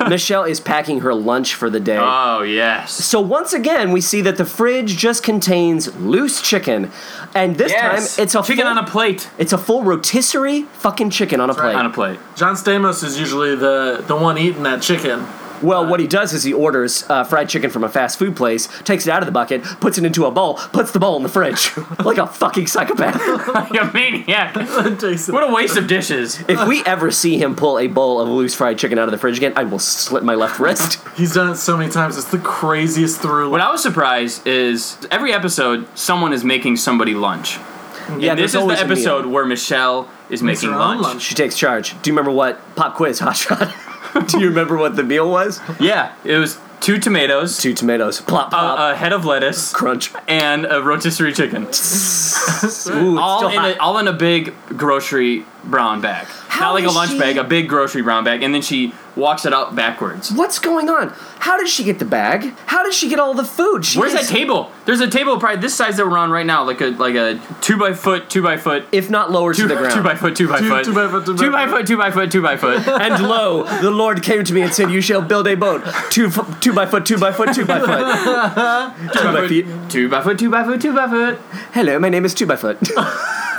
Michelle is packing her lunch for the day. Oh yes. So once again, we see that the fridge just contains loose chicken, and this time it's a chicken full, on a plate. it's a full rotisserie fucking chicken on a plate. On a plate. John Stamos is usually the the one eating that chicken. Well, what he does is he orders uh, fried chicken from a fast food place, takes it out of the bucket, puts it into a bowl, puts the bowl in the fridge like a fucking psychopath. like a maniac. Jason. What a waste of dishes. if we ever see him pull a bowl of loose fried chicken out of the fridge again, I will slit my left wrist. He's done it so many times. It's the craziest through. What I was surprised is every episode, someone is making somebody lunch. yeah, and this there's is the always a meal. episode where Michelle is making her own lunch. lunch. She takes charge. Do you remember what pop quiz, Hotshot? Do you remember what the meal was? Yeah, it was two tomatoes, Two tomatoes, plop, a, plop, a head of lettuce, crunch. and a rotisserie chicken. Ooh, it's all still in a, hot. all in a big grocery brown bag. Not like a is lunch she- bag, a big grocery brown bag, and then she walks it out backwards. What's going on? How did she get the bag? How did she get all the food? She Where's that is- table? There's a table probably this size that we're on right now, like a like a two by foot, two by foot, If not lower two, to the ground. two by foot, two by Two- foot, two by foot, two by two by foot, two by foot, two by foot. And lo, the Lord came to me and said, "You shall build a boat, two f- two by foot, two by foot, two by foot, two by feet." Two by foot, two by foot, two by foot. Hello, my name is Two by Foot.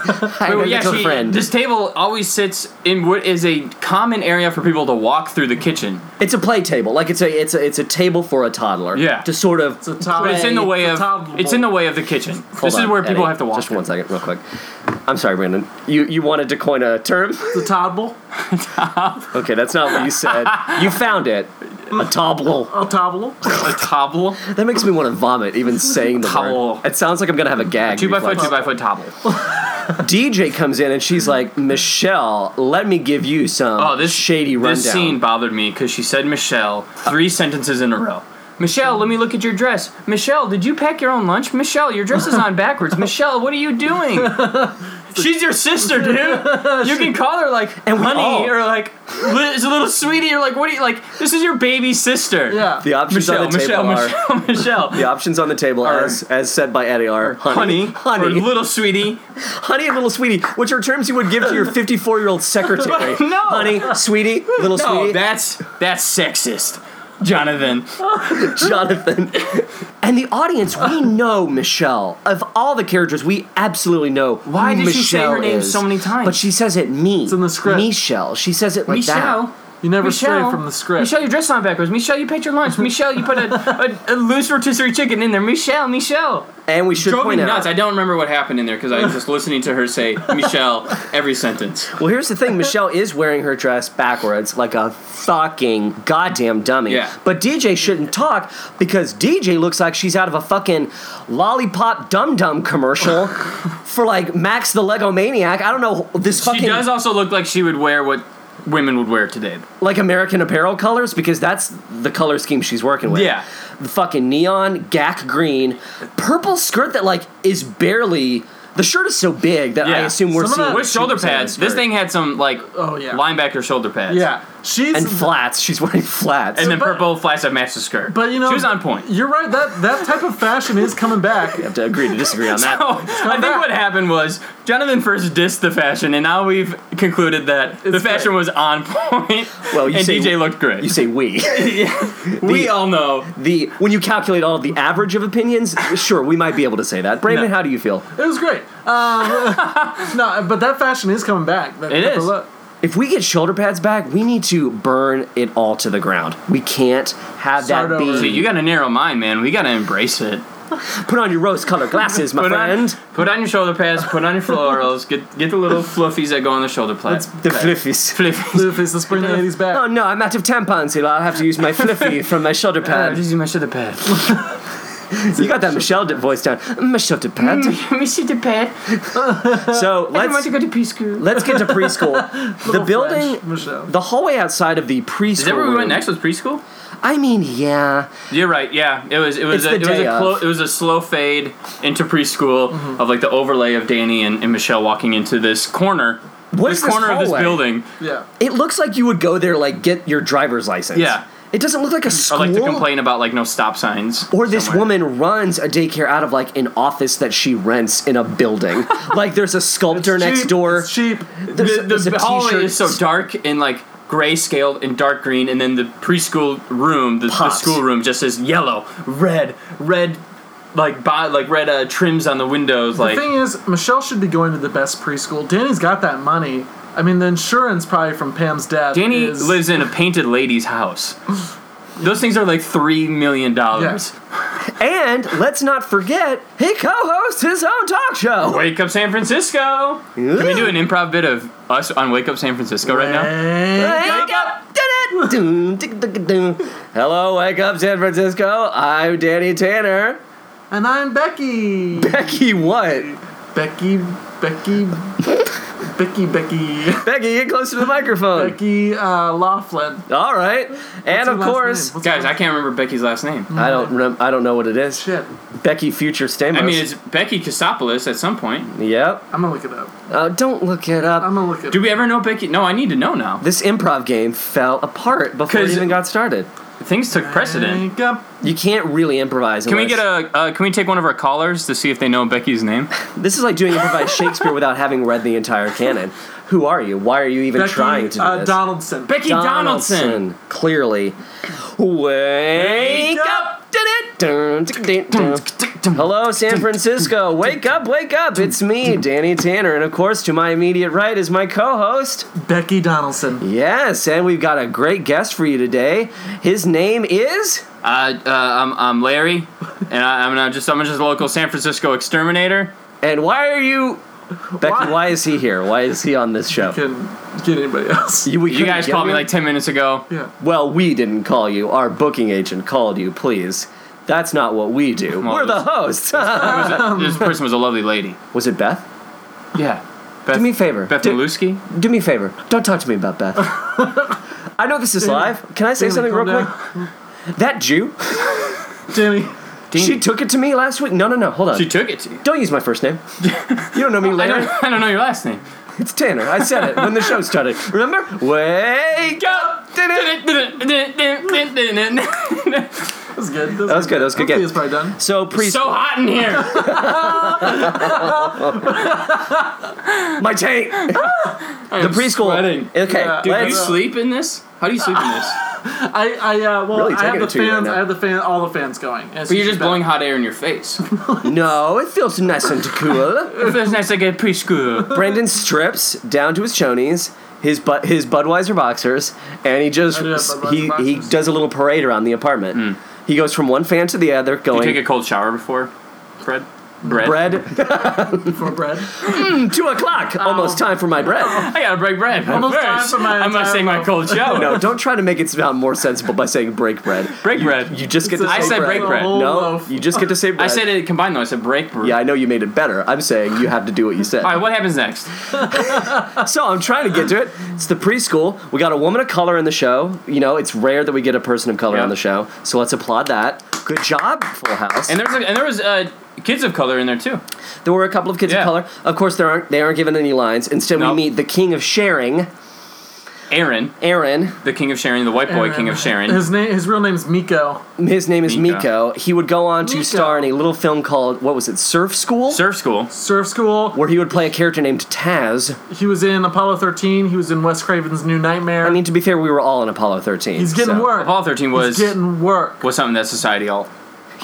Hi, Wait, my wait, Oh, yeah, little she- friend. This table always sits in what is a common area for people to walk through the kitchen, it's a play table, like it's a it's a it's a table for a toddler. Yeah. to sort of. a toddler. but it's in the Right. way It's a of toddler it's in the way of the kitchen. Hold this is on, where people Eddie, have to walk. Just one second, real quick. I'm sorry, Brandon. You you wanted to coin a term? the toddle. Okay, that's not what you said. You found it. A tobble. A toddle. a table, That makes me want to vomit even saying the Tobble. word. It sounds like I'm gonna have a gag. two by foot, reflex. two by foot table. DJ comes in and she's like, Michelle, let me give you some Oh, this shady rundown. This scene bothered me because she said Michelle three sentences in a row. Michelle, let me look at your dress. Michelle, did you pack your own lunch? Michelle, your dress is on backwards. Michelle, what are you doing? She's your sister, dude. You can call her like And we honey all- or like li- it's a little sweetie or like what are you like? This is your baby sister. Yeah. The options Michelle, on the Michelle, table are Michelle, Michelle, the options on the table Are- as as said by Eddie are Honey, honey, honey, or little sweetie. honey and little sweetie, which are terms you would give to your 54 year old secretary. No. honey, sweetie, little No, sweetie, that's that's sexist, Jonathan. Jonathan. And the audience, we know Michelle. Of all the characters, we absolutely know Why who did she say her Michelle name is. so many times? But she says it me. It's in the script. Michelle. She says it like Michelle. You never stray Michelle, from the script. Michelle, your dress on backwards. Michelle, you packed your lunch. Michelle, you put a, a, a loose rotisserie chicken in there. Michelle, Michelle. that. And we should Drove me point out. nuts. I don't remember what happened in there because I was just listening to her say Michelle every sentence. Well, here's the thing: Michelle is wearing her dress backwards like a fucking goddamn dummy. Yeah. But DJ shouldn't talk because DJ looks like she's out of a fucking lollipop dum dum commercial for like Max the Lego Maniac. I don't know this fucking She does also look like she would wear what women would wear today. like American Apparel colors because that's the color scheme she's working with. Yeah. The fucking neon gack green, purple skirt that like is barely. The shirt is so big that I Yeah. assume we're Some of seeing that- With shoulder 2% of the pads. This skirt. thing had some like Oh, yeah. linebacker shoulder pads. yeah. She's and flats. She's wearing flats. And then But- purple flats that matched the skirt. But you know, she was on point. You're right. That that type of fashion is coming back. have to agree to disagree on that. Oh, I think back. what happened was Jonathan first dissed the fashion, and now we've concluded that the It's fashion was on point. Well, you and say- DJ looked great. You say we. we all know. the when you calculate all the average of opinions, sure, we might be able to say that. Brandon, No. how do you feel? It was great. Um, no, but that fashion is coming back. That It type of is. Look. If we get shoulder pads back, we need to burn it all to the ground. We can't have Start that over. Dude, be. you got a narrow mind, man. We got to embrace it. Put on your rose-colored glasses, my Put on, friend. put on your shoulder pads. Put on your florals. Get get the little fluffies that go on the shoulder pads. the fluffies. Fluffies. Blueface, let's bring the 80s back. Oh no, I'm out of tampons here. I'll have to use my fluffy from my shoulder Uh, pad. just use my shoulder pad. You got that Michelle d- voice down. Mm, My shoulder pad. my shoulder pad. So I want let's to go to preschool. let's get to preschool. the building, French, Michelle. the hallway outside of the preschool. Is that where we room- went next? Was preschool? I mean, yeah. You're right. Yeah, it was. It was. It's A, the it was a day of. Mm-hmm. clo- It was a slow fade into preschool of like the overlay of Danny and, and Michelle walking into this corner. What this is this corner of this hallway? building? Yeah. It looks like you would go there like get your driver's license. Yeah. It doesn't look like a Or school. like to complain about like no stop signs. Or this somewhere. woman runs a daycare out of like an office that she rents in a building. like there's a sculptor It's next cheap, door. It's cheap. There's, the, there's a the hallway t-shirt. is so dark and like gray scaled and dark green, and then the preschool room, the, the Pops. school room, just is yellow, red, red, like bo- like red uh, trims on the windows. The Like thing is, Michelle should be going to the best preschool. Danny's got that money. I mean, the insurance probably from Pam's death. Danny is, lives in a painted lady's house. Those things are like three million dollars. And let's not forget, he co-hosts his own talk show. Wake up, San Francisco. Can we do an improv bit of us on Wake Up San Francisco right now? now. Wake up! da-da, doom, tick-a-tick-a-doom. Hello, wake up, San Francisco. I'm Danny Tanner. And I'm Becky. Becky, what? Becky, Becky, Becky, Becky, Becky, get close to the microphone. Becky uh, Laughlin. All right, and her of last course, name? What's Guys, her I can't remember Becky's last name. Mm-hmm. I don't rem- I don't know what it is. Shit, Becky Future Stamos. I mean, it's Becky Kasopoulos at some point. yep. I'm gonna look it up. Uh, don't look it up. I'm gonna look it Do up. we ever know Becky? No, I need to know now. this improv game fell apart before it 'Cause- even got started. Things took precedent. Wake up. You can't really improvise. Can we unless- get a? Uh, can we take one of our callers to see if they know Becky's name? This is like doing improvised Shakespeare without having read the entire canon. Who are you? Why are you even Becky trying to do uh, this? Donaldson. Becky Donaldson. Clearly. Wake up! Dun, dun, dun, dun. Hello, San Francisco. Wake up, wake up. It's me, Danny Tanner. And of course, to my immediate right is my co host. Becky Donaldson. Yes, and we've got a great guest for you today. His name is. Uh, uh, I'm, I'm Larry, and I, I'm not just I'm just a local San Francisco exterminator. And why are you. Becky, Why? why, is he here? Why is he on this show? Can get anybody else? we You couldn't guys get called me him? like ten minutes ago. Yeah. Well, we didn't call you. Our booking agent called you, please. That's not what we do. on, We're the hosts. Um, This person was a lovely lady. Was it Beth? Yeah. Beth, Do me a favor. Beth do, Malusky? do me a favor. Don't talk to me about Beth. I know this is live. Can I say Danny, something real calm quick? That Jew, Danny. she took it to me last week. No, no, no. Hold on. She took it to you. don't use my first name. You don't know me, I Larry. don't, I don't know your last name. It's Tanner. I said it when the show started. Remember? Wake up. That was good. That was good. That was good. Hopefully Game. It's probably done. So, pre- so hot in here. my tank. The the preschool. Sweating. Okay. Yeah. Dude, do you let's- sleep in this? How do you sleep in this? I, I, uh, well, Really I taking have the it to you right fans. now. I have the fan. All the fans going. But But you're just blowing hot air in your face. no, it feels nice and cool. it feels nice like a preschool. Brandon strips down to his chonies, his bu- his Budweiser boxers, and he just I do have Oh, Budweiser he he boxers. does a little parade around the apartment. He goes from one fan to the other, Hmm. You going take a cold shower before bread? Bread. bread. for bread. Two o'clock, Oh. almost time for my bread. I gotta Oh, break bread. Almost first. time for my I must entire- say my cold shower. No, don't try to make it sound more sensible by saying break bread. Break bread. You just get to a- say I said bread. break bread. Whole No, loaf. you just get to say bread. I said it combined though. I said break bread. Yeah, I know you made it better. I'm saying you have to do what you said. All right, what happens next? So I'm trying to get to it. It's the preschool. We got a woman of color in the show. You know, it's rare that we get a person of color Yeah. on the show. So let's applaud that. Good job, Full House. And there was a, and there was uh, kids of color in there too. There were a couple of kids Yeah. of color. Of course, there aren't they aren't given any lines. Instead, No. we meet the king of sharing, Aaron, Aaron. the king of Sharon, the white boy king of Sharon. His name. His real name's Miko. His name is Mika. Miko. He would go on to Miko. star in a little film called what was it, Surf School, Surf school. Surf school. where he would play a character named Taz. He was in Apollo 13. He was in Wes Craven's New Nightmare. I mean, to be fair, we were all in Apollo 13. he's getting so- work. Apollo 13 was he's getting work. was something that society all,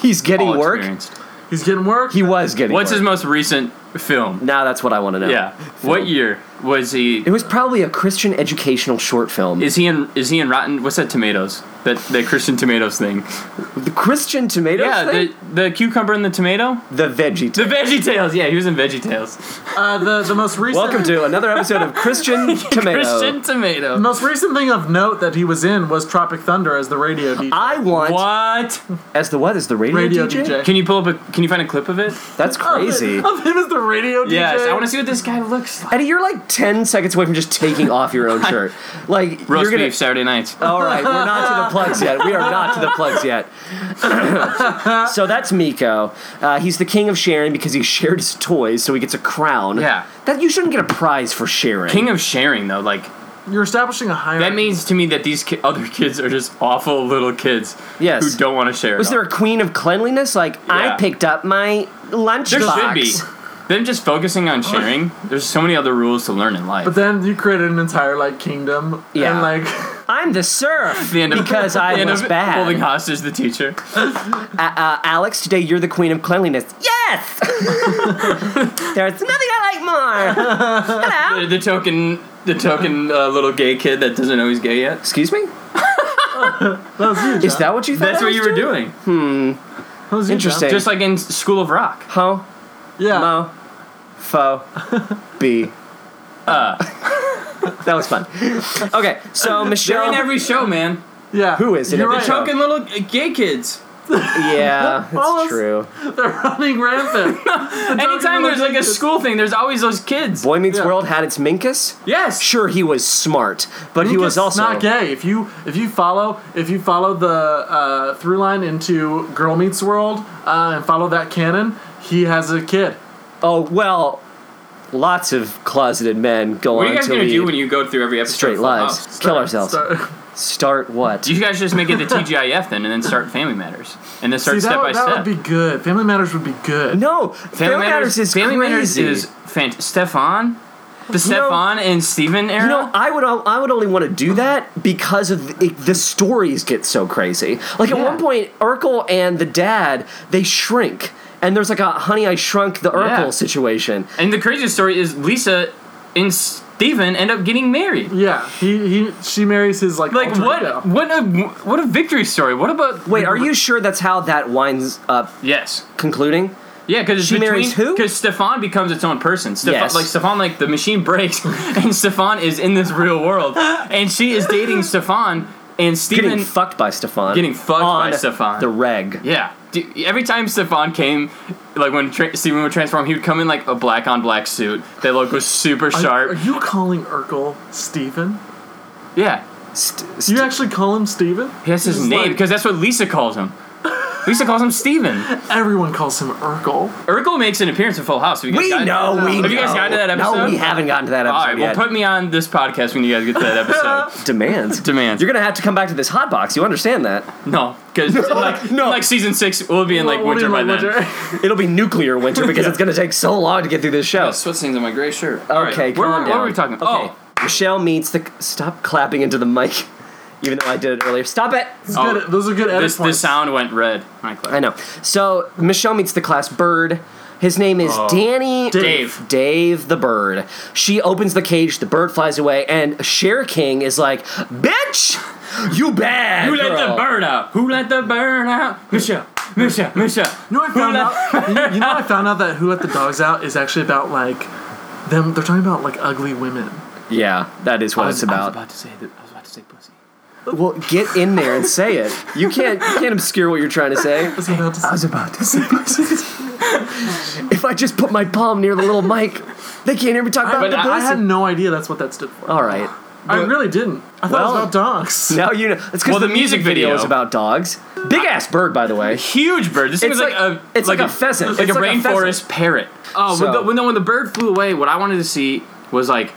He's getting all work. experienced. He's getting work. He was getting. What's work. his most recent film? Now that's what I want to know. Yeah. What year was he? It was probably a Christian educational short film. Is he in? Is he in Rotten? What's that? Tomatoes. That that Christian Tomatoes thing. the Christian Tomatoes Yeah. thing? The the cucumber and the tomato. The, Veggie. The Veggie Tales. Yeah, he was in Veggie Tales. uh, the the most recent. Welcome to another episode of Christian Tomatoes. Christian Tomato. The most recent thing of note that he was in was Tropic Thunder as the radio Uh, DJ. I want What? as the what is the radio, radio DJ. Can you pull up a? Can you find a clip of it? That's crazy. Of, him as the radio DJ. Yes. I want to see what this guy looks like. Eddie, you're like ten seconds away from just taking off your own shirt. Like Roast you're gonna. beef Saturday nights. All right, we're not to the plugs yet. We are not to the plugs yet. so that's Miko. Uh, he's the king of sharing because he shared his toys, so he gets a crown. Yeah. that you shouldn't get a prize for sharing. King of sharing though, like You're establishing a hierarchy. that means to me that these ki- other kids are just awful little kids Yes. who don't want to share. Was at there all. a queen of cleanliness? Like Yeah. I picked up my lunchbox. There should be. Them just focusing on sharing. There's so many other rules to learn in life. But then you created an entire like kingdom. Yeah. And like I'm the serf the end of, because the I end was of bad. holding hostage the teacher. uh, Alex, today you're the queen of cleanliness. Yes! There's nothing I like more. The, the token, the token uh, little gay kid that doesn't know he's gay yet. Excuse me? Is that what you thought? That's what I was you were doing. That was you, John. Interesting. Just like in School of Rock. Ho, Yeah. mo, fo, b. Uh. that was fun. Okay, so They're Michelle. in every show, man. Yeah. Who is it? You're Every right. show. Choking little uh, gay kids. yeah, Almost. that's true. They're running rampant. Anytime there's like a school thing, there's always those kids. Boy Meets Yeah. World had its Minkus. Yes. Sure, he was smart, but he Lucas was is also not gay. If you if you follow if you follow the uh, through line into Girl Meets World uh, and follow that canon, he has a kid. Oh well, lots of closeted men go What are on you guys to gonna lead do when you go through every episode? straight of lives, Full House? kill ourselves. Start, So- what? You guys just make it the TGIF then, and then start Family Matters, and then see, start that, step by would- that step. would be good. Family Matters would be good. no, Family Matters, is Family Matters crazy. is fant- Stefan, the Stefan and Steven era. You know, I would I would only want to do that because of the, the stories get so crazy. Like at Yeah. one point, Urkel and the dad they shrink, and there's like a "Honey, I Shrunk the Urkel" Yeah. situation. and the craziest story is Lisa and Steven end up getting married. Yeah, he he she marries his like Like alter what? ego. What a what a victory story. What about Wait, are you sure that's how that winds up Yes. concluding? Yeah, because it's She between, marries who? Because Stefan becomes its own person. Stefan, Yes. Like Stefan, like the machine breaks, and Stefan is in this real world, and she is dating Stefan, and Steven Getting fucked by Stefan. Getting fucked by on Stefan. The reg. Yeah. Dude, every time Stefan came, like when tra- Steven would transform, he would come in like a black on black suit that look was super Are, sharp. are you calling Urkel Steven? yeah. St- Do you st- actually call him Steven? He has his He's name like- because that's what Lisa calls him. Lisa calls him Steven. Everyone calls him Urkel. Urkel makes an appearance in Full House. Have you guys we gotten- know. we Have you guys know. gotten to that episode? No, we haven't gotten to that episode All right, yet. well, put me on this podcast when you guys get to that episode. demands. Demands. You're gonna have to come back to this hot box. You understand that? No, because like, no. like season six, we'll be in like What winter do you by mean, then. winter? It'll be nuclear winter because it's gonna take so long to get through this show. Switzerland's on my gray shirt. Okay, Where, calm were- down. What were we talking Oh. about? Okay. Michelle meets the. Stop clapping into the mic, even though I did it earlier. Stop it. It's Oh. good- those are good Oh, edit this points. this sound went red. My I know. So Michelle meets the class bird. His name is Danny. Oh. Dave. Dave the bird. She opens the cage. The bird flies away, and Cher King is like, "Bitch, you bad." Who let the girl." bird out? Who let the bird out? Michelle, Michelle, Michelle. You know, I found out. You, you know, I found out that "Who Let the Dogs Out" is actually about like them. They're talking about like ugly women. Yeah, that is what I was it's about. about to say that. I was about to say pussy. Well, get in there and say it. You can't you can't obscure what you're trying to say. That's what I'm about to say. about to say If I just put my palm near the little mic, they can't hear me talk about But the I, I had pussy. no idea that's what that stood for. All right. I really didn't. I thought Well- it was about dogs. Now you know. It's because Well, the, the music music, video video. is about dogs. Big ass bird, by the way. Huge bird. This thing It's was like, like- a. it's like a pheasant. Like It's a like a rainforest parrot. Oh, So- when, the, when the when the bird flew away, what I wanted to see was like,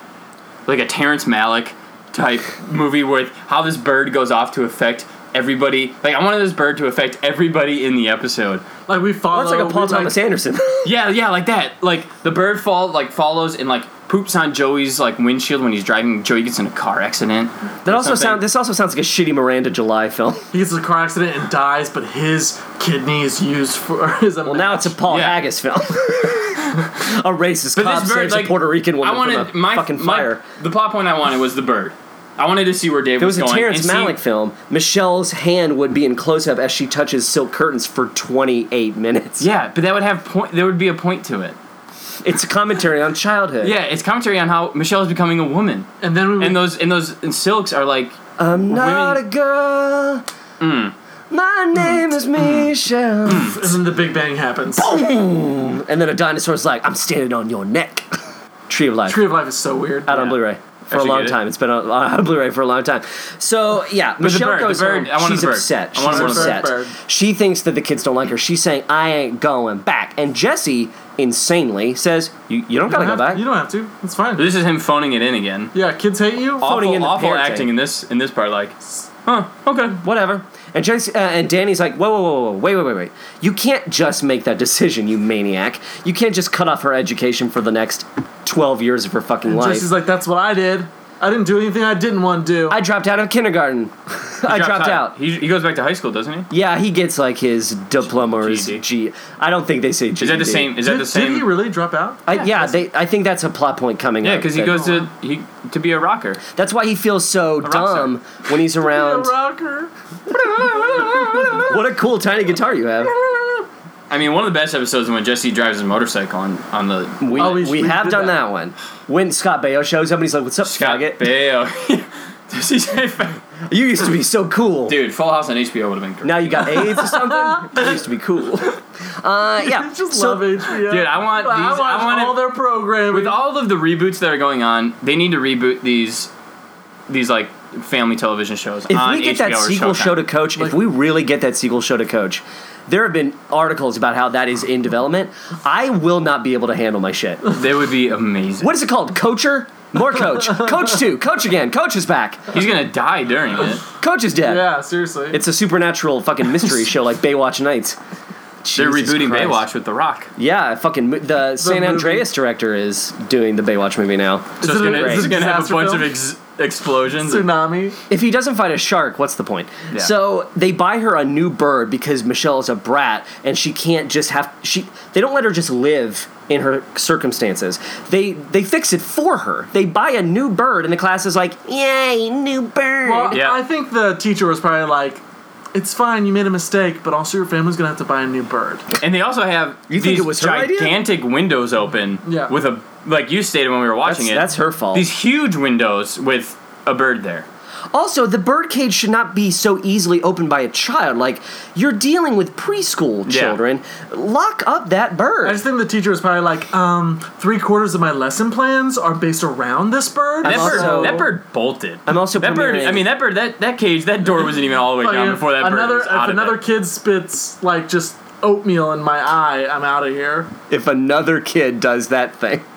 like a Terrence Malick type movie with how this bird goes off to affect everybody. Like I wanted this bird to affect everybody in the episode. Like we follow. That's like a Paul we, like- Thomas Anderson. Yeah, yeah, like that. Like the bird fall like follows and like poops on Joey's like windshield when he's driving. Joey gets in a car accident. That also something. sound. This also sounds like a shitty Miranda July film. He gets in a car accident and dies, but his kidney is used for his. Well, now it's a Paul Yeah. Haggis film. a racist But cop this bird, saves like, a Puerto Rican woman I wanted from a my fucking my- fire. the plot point I wanted was the bird. I wanted to see where Dave If it was a going. Terrence and see- Malick film, Michelle's hand would be in close up as she touches silk curtains for 28 minutes. Yeah, but that would have point. There would be a point to it. It's a commentary on childhood. Yeah, it's commentary on how Michelle is becoming a woman, and then we and those and those and silks are like I'm not Women- Mm. a girl. My name is Michelle. and then the Big Bang happens. And then a dinosaur's like, I'm standing on your neck. Tree of Life. Tree of Life is so weird. out on Yeah. Blu-ray for Actually a long get it. time. It's been on, on Blu-ray for a long time. So yeah, the Michelle bird, the goes bird, I home. wanted She's the bird. upset. I She's wanted the bird. upset. Bird, bird. She thinks that the kids don't like her. She's saying, "I ain't going back." And Jesse insanely says, "You, you don't You gotta don't go have- back." You don't have to. It's fine. this is him phoning it in again. Yeah, kids hate you. Phoning Awful, in the awful parenting. acting in this in this part. Like, huh? Okay. Whatever." And Jesse uh, and Danny's like, "Whoa, whoa, whoa, whoa, wait, wait, wait, wait! You can't just make that decision, you maniac! You can't just cut off her education for the next twelve years of her fucking life." Jesse's like, that's what I did. I didn't do anything I didn't want to do. I dropped out of kindergarten. I dropped out. He, he goes back to high school, doesn't he? Yeah, he gets like his diploma or his GED. G. I don't think they say GED. E Is that the same? Is that did, the same? Did he really drop out? I, yeah, they, I think that's a plot point coming yeah, up. because he that- goes to he to be a rocker. That's why he feels so star. dumb when he's around. Be a rocker. What a cool tiny guitar you have. I mean, one of the best episodes is when Jesse drives his motorcycle on on the We, Oh, we- we, we have did done that. that. one. When Scott Baio shows up and he's like, "What's up, Scott faggot? Baio. Does he say fag- you used to be so cool. Dude, Full House on HBO would have been great. Now you got AIDS or something? you used to be cool." Uh, yeah. Just so- love HBO. Dude, I want I these- I watch want it- all their programming. With all of the reboots that are going on, they need to reboot these these like family television shows. If on we get HBO that or sequel Showtime. show to Coach, if we really get that sequel show to Coach, there have been articles about how that is in development. I will not be able to handle my shit. they would be amazing. What is it called? Coacher? More coach. coach two. Coach again. Coach is back. He's gonna die during it. Coach is dead. yeah, seriously. It's a supernatural fucking mystery show like Baywatch Nights. They're Jesus rebooting Christ. Baywatch with The Rock. Yeah, fucking mo- the, San movie. Andreas director is doing the Baywatch movie now. So Is it's it a- gonna, is it it's a gonna have a disaster bunch film? of ex- explosions. and- tsunami. If he doesn't fight a shark, what's the point? Yeah. So they buy her a new bird because Michelle is a brat and she can't just have she. They don't let her just live in her circumstances. They they fix it for her. They buy a new bird and the class is like, yay, new bird. Well, Yeah. I think the teacher was probably like, "It's fine, you made a mistake, but also your family's gonna have to buy a new bird." And they also have You think these it was her idea? gigantic windows open Yeah. with a like you stated when we were watching that's, it. that's her fault. These huge windows with a bird there. Also, the birdcage should not be so easily opened by a child. Like, you're dealing with preschool Yeah. children. Lock up that I bird. just think the teacher was probably like, um, three quarters of my lesson plans are based around this bird. That I'm also- bird, that bird bolted. I'm also that bird. premiering- Oh, I mean, that bird. That that cage. That door wasn't even all the way Fucking- down before that bird another, was out of if another it. kid spits like just oatmeal in my eye, I'm out of here. If another kid does that thing.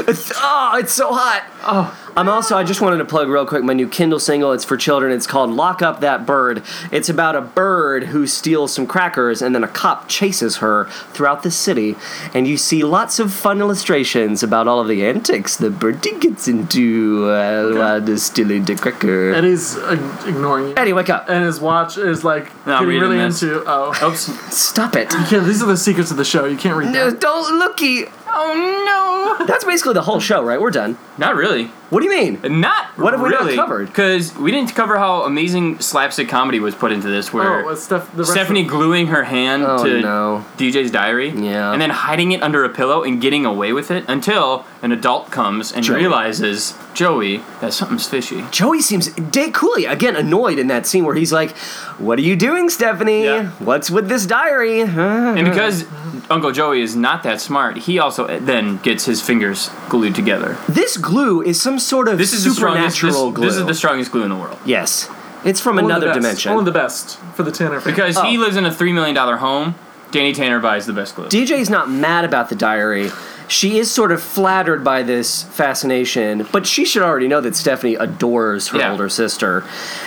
It's- oh, it's so hot. Oh. I'm also, I just wanted to plug real quick my new Kindle single. It's for children. It's called Lock Up That Bird. It's about a bird who steals some crackers and then a cop chases her throughout the city. And you see lots of fun illustrations about all of the antics the bird gets into uh, while stealing the cracker. Eddie's uh, ignoring you. Eddie, wake up. And his watch is like No, I'm getting reading really this. into. Oh, Oops. Stop it. yeah, these are the secrets of the show. You can't read No, that. don't looky. Oh no. That's basically the whole show, right? We're done. Not really. What do you mean? Not What have we not really, covered? Because we didn't cover how amazing slapstick comedy was put into this, where Oh, it's Steph, the rest Stephanie Of, gluing her hand Oh, to no. DJ's diary, Yeah. and then hiding it under a pillow and getting away with it until an adult comes and Joey. realizes Joey that something's fishy. Joey seems Dave Cooley again annoyed in that scene where he's like, "What are you doing, Stephanie? Yeah. What's with this diary?" Huh? And because Uncle Joey is not that smart, he also then gets his fingers glued together. This glue is some sort of This is the strongest. supernatural This, glue. this is the strongest glue in the world yes, it's from one of the another best. dimension. One of the best for the Tanner. family. because he Oh. lives in a three million dollar home. Danny Tanner buys the best glue. DJ's not mad about the diary. She is sort of flattered by this fascination, but she should already know that Stephanie adores her Yeah. older sister.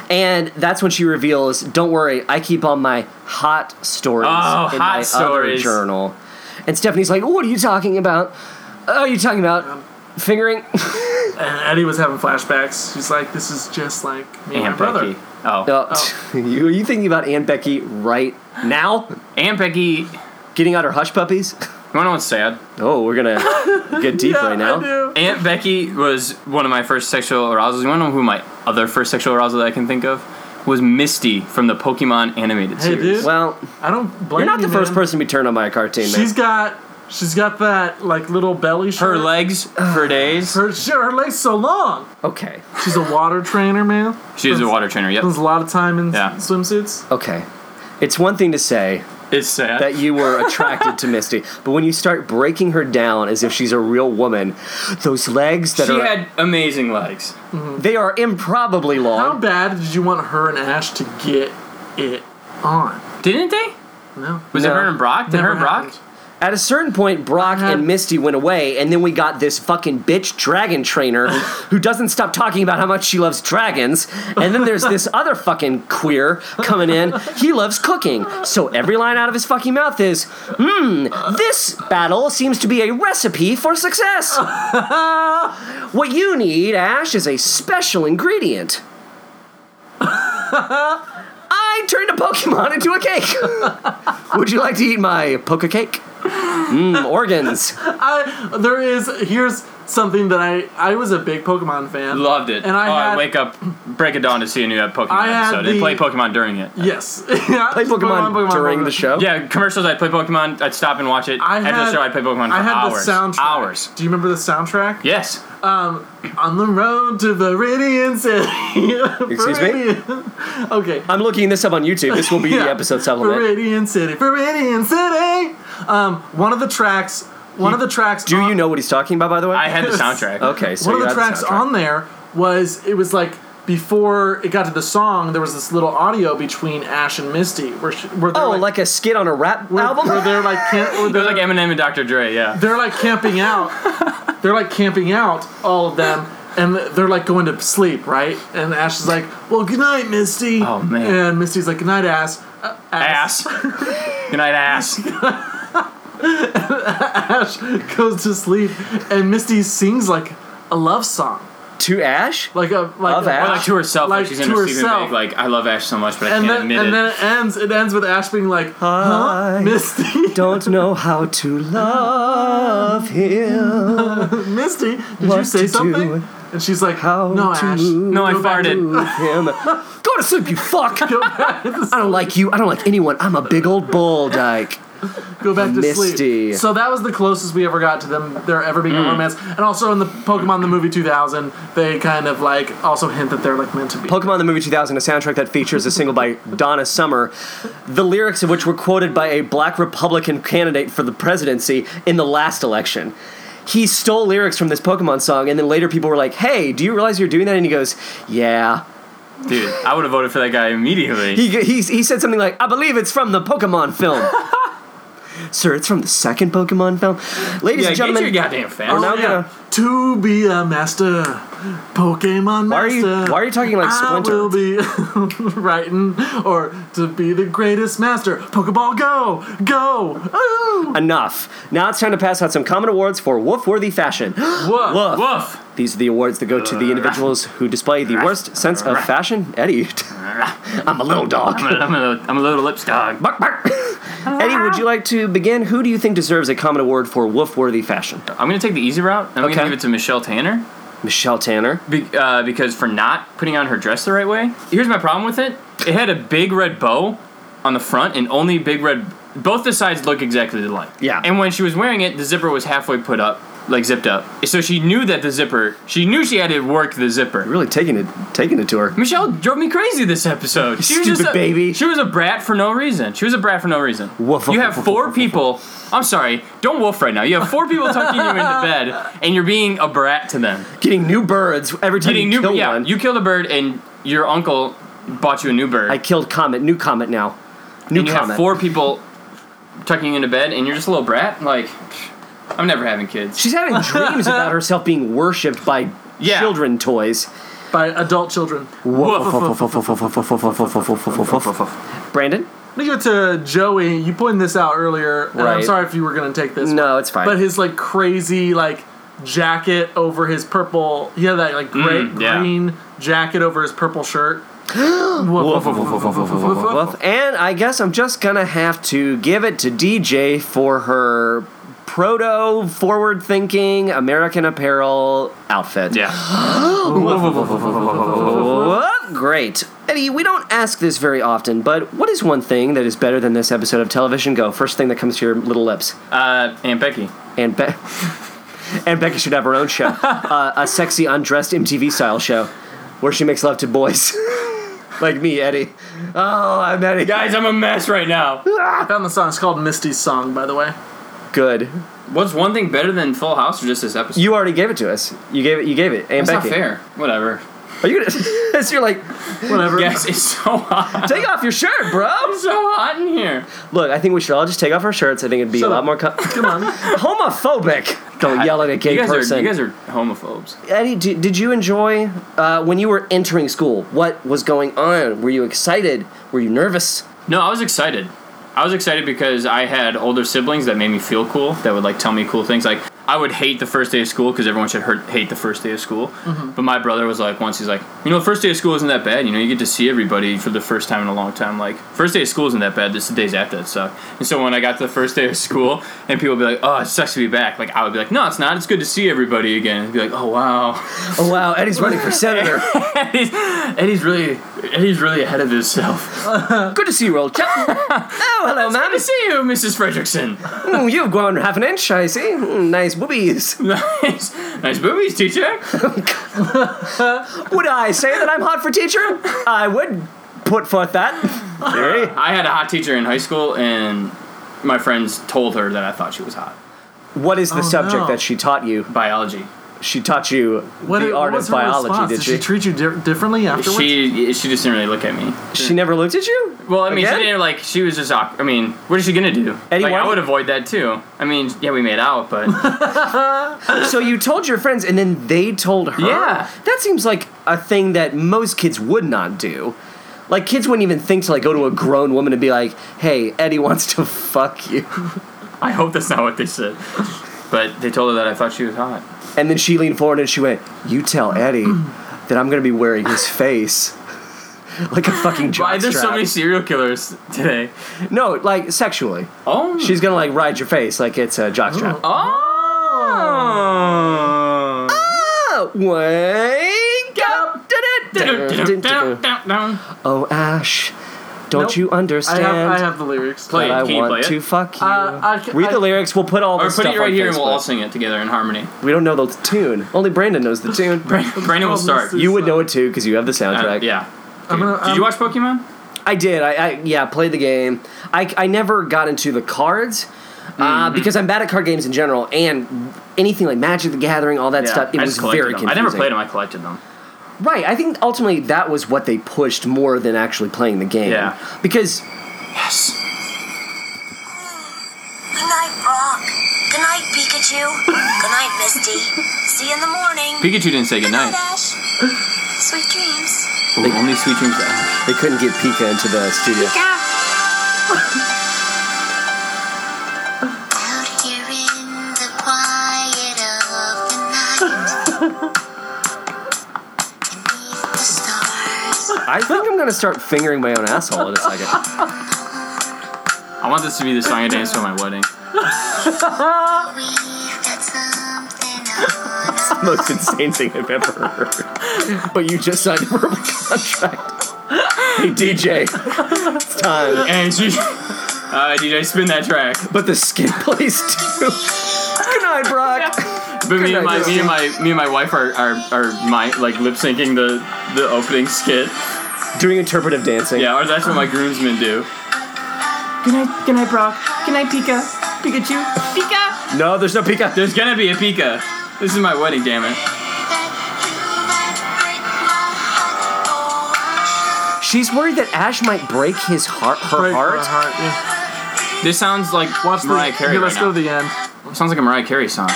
And that's when she reveals, "Don't worry, I keep all my hot stories Oh, in hot my stories. other journal." And Stephanie's like, "What are you talking about? Oh, you're talking Um, about fingering." oh. And Eddie was having flashbacks. He's like, "This is just like me and, my Aunt brother." Becky. Oh, oh, you, are you thinking about Aunt Becky right now? Aunt Becky. You Getting out her hush puppies? wanna know what's sad? Oh, we're gonna get deep Yeah, right now. I do. Aunt Becky was one of my first sexual arousals. You want to know who my other first sexual arousal that I can think of was Misty from the Pokemon animated Hey, series. dude. Well, I don't blame you're not the you, first man. person to be turned on by a cartoon. man. She's got, she's got that like little belly. Her shirt. legs for days. Her, shit, her legs so long. Okay. She's a water trainer, man. She was a water trainer. Yep, Spends a lot of time in s- Yeah. swimsuits. Okay. It's one thing to say it's sad. that you were attracted to Misty, but when you start breaking her down as if she's a real woman, those legs that she are had amazing legs. they are improbably How long. bad did you want her and Ash to get it on? Didn't they? No. Was No. it her and Brock? Did her Never and Brock? happened. At a certain point, Brock Uh-huh. and Misty went away, and then we got this fucking bitch dragon trainer who doesn't stop talking about how much she loves dragons. And then there's this other fucking queer coming in. He loves cooking. So every line out of his fucking mouth is, hmm, this battle seems to be a recipe for success. what you need, Ash, is a special ingredient. I turned a Pokemon into a cake. Would you like to eat my poke cake? Mmm, organs. I there is here's something that I I was a big Pokemon fan. Loved it. And I oh, had- I wake up, break of dawn to see a new Pokemon I had episode. They the- play Pokemon during it. yes. yeah. Play Pokemon, during the show. Yeah, commercials. I'd play Pokemon. I'd stop and watch it. I After had- the show, I'd play Pokemon for I had hours. the soundtrack. Hours. Do you remember the soundtrack? Yes. On the road to Viridian City. Excuse me? Viridian- okay. I'm looking this up on YouTube. This will be the episode supplement. Viridian City. Viridian City. Um, one of the tracks. One of the tracks. Do on- you know what he's talking about, by the way? I had the soundtrack. okay, so one you of the had tracks soundtrack. on there was it was like before it got to the song there was this little audio between ash and misty where, she, where they're Oh, like, like a skit on a rap where, album. where they're like camp, where It they're, was like like Eminem and Dr. Dre. Yeah. they're like camping out they're like camping out all of them and they're like going to sleep right and ash is like well good night misty Oh, man. and misty's like good night ash Uh, Ass. Good night, ass. ash goes to sleep and misty sings like a love song to Ash. like a like Of Or a, Ash? like to herself, like, Like, she's in to her sleeping herself. bag. Like I love Ash so much, but I and can't then, admit and it. then it ends. It ends with Ash being like, "Huh, I Misty, don't know how to love him. Misty, did you What say to something?" do? And she's like, How "No, to Ash, move no, I go back to- farted. him. Go to sleep, you fuck. I go back, don't like you. I don't like anyone. I'm a big old bull dyke. go back to Misty. Hmm. sleep." So that was the closest we ever got to them there ever being a romance. And also in the Pokemon the movie 2000, they kind of like also hint that they're like meant to be. Pokemon the Movie 2000, a soundtrack that features a single by Donna Summer, the lyrics of which were quoted by a black Republican candidate for the presidency in the last election. He stole lyrics from this Pokemon song, and then later people were like, hey, do you realize you're doing that? And he goes, yeah. Dude, I would have voted for that guy immediately. He, he, he said something like, I believe it's from the Pokemon film. Sir, it's from the second Pokemon film. Ladies yeah, get and gentlemen, your goddamn Oh, fans. now yeah. gonna- To be a master, Pokemon Why are you- master. why are you talking like Splinter? I will be writing, or to be the greatest master. Pokeball, go, go. Ah! Ooh. enough. Now it's time to pass out some common awards for woof-worthy fashion. Woof. Woof. Woof. These are the awards that go to Uh, the individuals who display the worst sense of fashion. Eddie, I'm a little dog. I'm a, I'm, a, I'm a little lips dog. Bark, bark. Eddie, would you like to begin? Who do you think deserves a common award for woof-worthy fashion? I'm gonna take the easy route. and I'm Okay. gonna give it to Michelle Tanner Michelle Tanner. be, uh, because for not putting on her dress the right way. Here's my problem with it: it had a big red bow on the front, and only big red. Both the sides look exactly alike. Yeah. And when she was wearing it, the zipper was halfway put up, like zipped up. So she knew that the zipper. She knew she had to work the zipper. Really taking it, taking it to her. Michelle drove me crazy this episode. She was just Stupid a, baby. She was a brat for no reason. She was a brat for no reason. Woof, woof, you woof, have woof, four woof, woof, people. I'm sorry. Don't wolf right now. You have four people tucking you into bed, and you're being a brat to them. Getting new birds every time Getting you new. kill Yeah, one. you killed a bird, and your uncle bought you a new bird. I killed Comet. New Comet now. New and you Comet. have four people tucking you into bed, and you're just a little brat. Like, I'm never having kids. She's having dreams about herself being worshipped by Yeah. children toys. By adult children. Brandon? I'm gonna give it to Joey. You pointed this out earlier, and I'm Right. sorry if you were gonna take this. No, it's fine. But his like crazy like jacket over his purple. He had that like great Mm, yeah. green jacket over his purple shirt. Woof, woof, woof, woof, woof, woof, woof, woof, woof. Oh. Woof. And I guess I'm just gonna have to give it to DJ for her proto forward thinking American apparel outfit. Yeah. Uh-huh. Woof. Great. Eddie, we don't ask this very often, but what is one thing that is better than this episode of television? Go. First thing that comes to your little lips. Uh, Aunt Becky. And Be- and Becky should have her own show, uh, a sexy undressed MTV style show, where she makes love to boys, like me, Eddie. Oh, I'm Eddie. Ah! Guys, I'm a mess right now. I found the song. It's called Misty's Song, by the way. Good. What's one thing better than Full House or just this episode? You already gave it to us. You gave it. You gave it. And That's Becky. not fair. Whatever. Are you gonna? so you're like, Whatever. Yes, it's so hot. take off your shirt, bro. It's so hot in here. Look, I think we should all just take off our shirts. I think it'd be Shut a lot up. more co- Come on. homophobic. Don't yell at a gay you guys person. Are, you guys are homophobes. Eddie, d- did you enjoy uh, when you were entering school? What was going on? Were you excited? Were you nervous? No, I was excited. I was excited because I had older siblings that made me feel cool, that would like tell me cool things. Like I would hate the first day of school because everyone should hurt, hate the first day of school. But my brother was like, once he's like, you know, the first day of school isn't that bad. You know, you get to see everybody for the first time in a long time. Like, first day of school isn't that bad. This is the days after that suck. And so when I got to the first day of school and people would be like, oh, it sucks to be back. Like, I would be like, no, it's not. It's good to see everybody again. And be like, oh wow, Oh wow, Eddie's running for senator. Eddie's, Eddie's really, Eddie's really ahead of himself. Good to see you, old chap. Oh, hello, Good man. to see you, Mrs. Fredrickson. Hmm, you've grown half an inch, I see. Hmm, nice boobies. nice, nice boobies, teacher. Would I say that I'm hot for teacher? I would put forth that theory. I had a hot teacher in high school, and my friends told her that I thought she was hot. What is the subject Oh, no. that she taught you? Biology. She taught you What, the what art was of her response? biology, Did she, did she? treat you di- differently afterwards? She she just didn't really look at me. She, never looked at you? Well, I mean, Again? she didn't like. She was just awkward. I mean, what is she gonna do? Eddie, like, why I don't would you- avoid that too. I mean, yeah, we made out, but So you told your friends, and then they told her. Yeah. that seems like a thing that most kids would not do. Like kids wouldn't even think to like go to a grown woman and be like, "Hey, Eddie wants to fuck you," I hope that's not what they said. But they told her that I thought she was hot. and then she leaned forward and she went, "You tell Eddie that I'm gonna be wearing his face." Like a fucking Why there's so many jockstrap. serial killers today? No, like sexually, Oh, she's gonna like ride your face like it's a jockstrap. oh. Oh, wake up! Da-da-da-da-da-da. Oh, Ash, don't Nope. you I understand? have, I have the lyrics. Play that it. I Can you play want it? to fuck you. Uh, I c- Read I- the lyrics. We'll put all the Or put stuff it right on here, Facebook. and we'll all sing it together in harmony. We don't know the tune. Only Brandon knows the tune. Brandon will start. you would know it too because you have the soundtrack. Uh, yeah. I'm gonna- Did I'm- you watch Pokemon? I did. I, I yeah played the game. I, I never got into the cards uh, Mm. because I'm bad at card games in general and anything like Magic the Gathering, all that stuff. It I was just collected very them. confusing. I never played them. I collected them. Right. I think ultimately that was what they pushed more than actually playing the game. Yeah. Because Yes. Good night, Brock. Good night, Pikachu. Good night, Misty. See you in the morning. Pikachu didn't say Good night, goodnight. Ash. Sweet dreams. Ooh, only sweet dreams. to Ash. they couldn't get Pika into the studio. Out here in the quiet of the night. Beneath the stars. I think I'm gonna start fingering my own asshole in a second. I want this to be the song I dance to at my wedding. We've got something on our most insane thing I've ever heard. But you just signed a verbal contract. Hey DJ, it's time. And she, uh, DJ, spin that track. But the skip plays too. Good night, Brock. But me and night, my, me Justin. and my, me and my wife are are, are my, like lip syncing the the opening skit. Doing interpretive dancing. Yeah, or that's what my groomsmen do. Good night, good night, Brock. Good night, Pika. Pikachu. Pika. No, there's no Pika. There's gonna be a Pika. This is my wedding, damn it. bed. You might break my heart. Oh, I She's worried that Ash might break his heart, her Break my heart. heart, yeah. This sounds like Watch Mariah the, Carey. Okay, right let's now. go to the end. Sounds like a Mariah Carey song.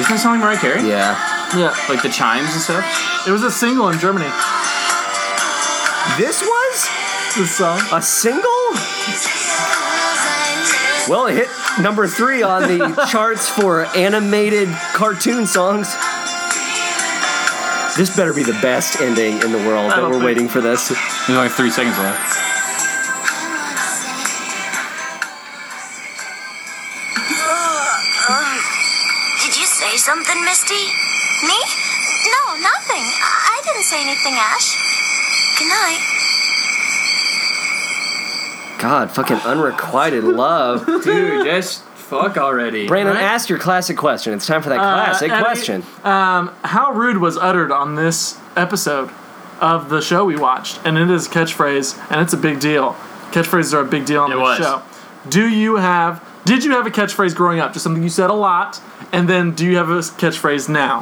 Isn't that song Mariah Carey? Yeah. Yeah, Like the chimes and stuff. it was a single in Germany. This was This song. a single? know. Well, it hit number three on the charts for animated cartoon songs. This better be the best ending in the world, but Oh, don't we're think- waiting for this. There's only three seconds left. Did you say something, Misty? Me? No, nothing. I I didn't say anything, Ash. Good night. God, fucking unrequited love. Dude, just fuck already. Brandon, Right? ask your classic question. It's time for that classic Uh, Eddie, question. Um, how rude was uttered on this episode of the show we watched, and it is a catchphrase, and it's a big deal. Catchphrases are a big deal on It the was. show. Do you have? Did you have a catchphrase growing up? Just something you said a lot, and then do you have a catchphrase now,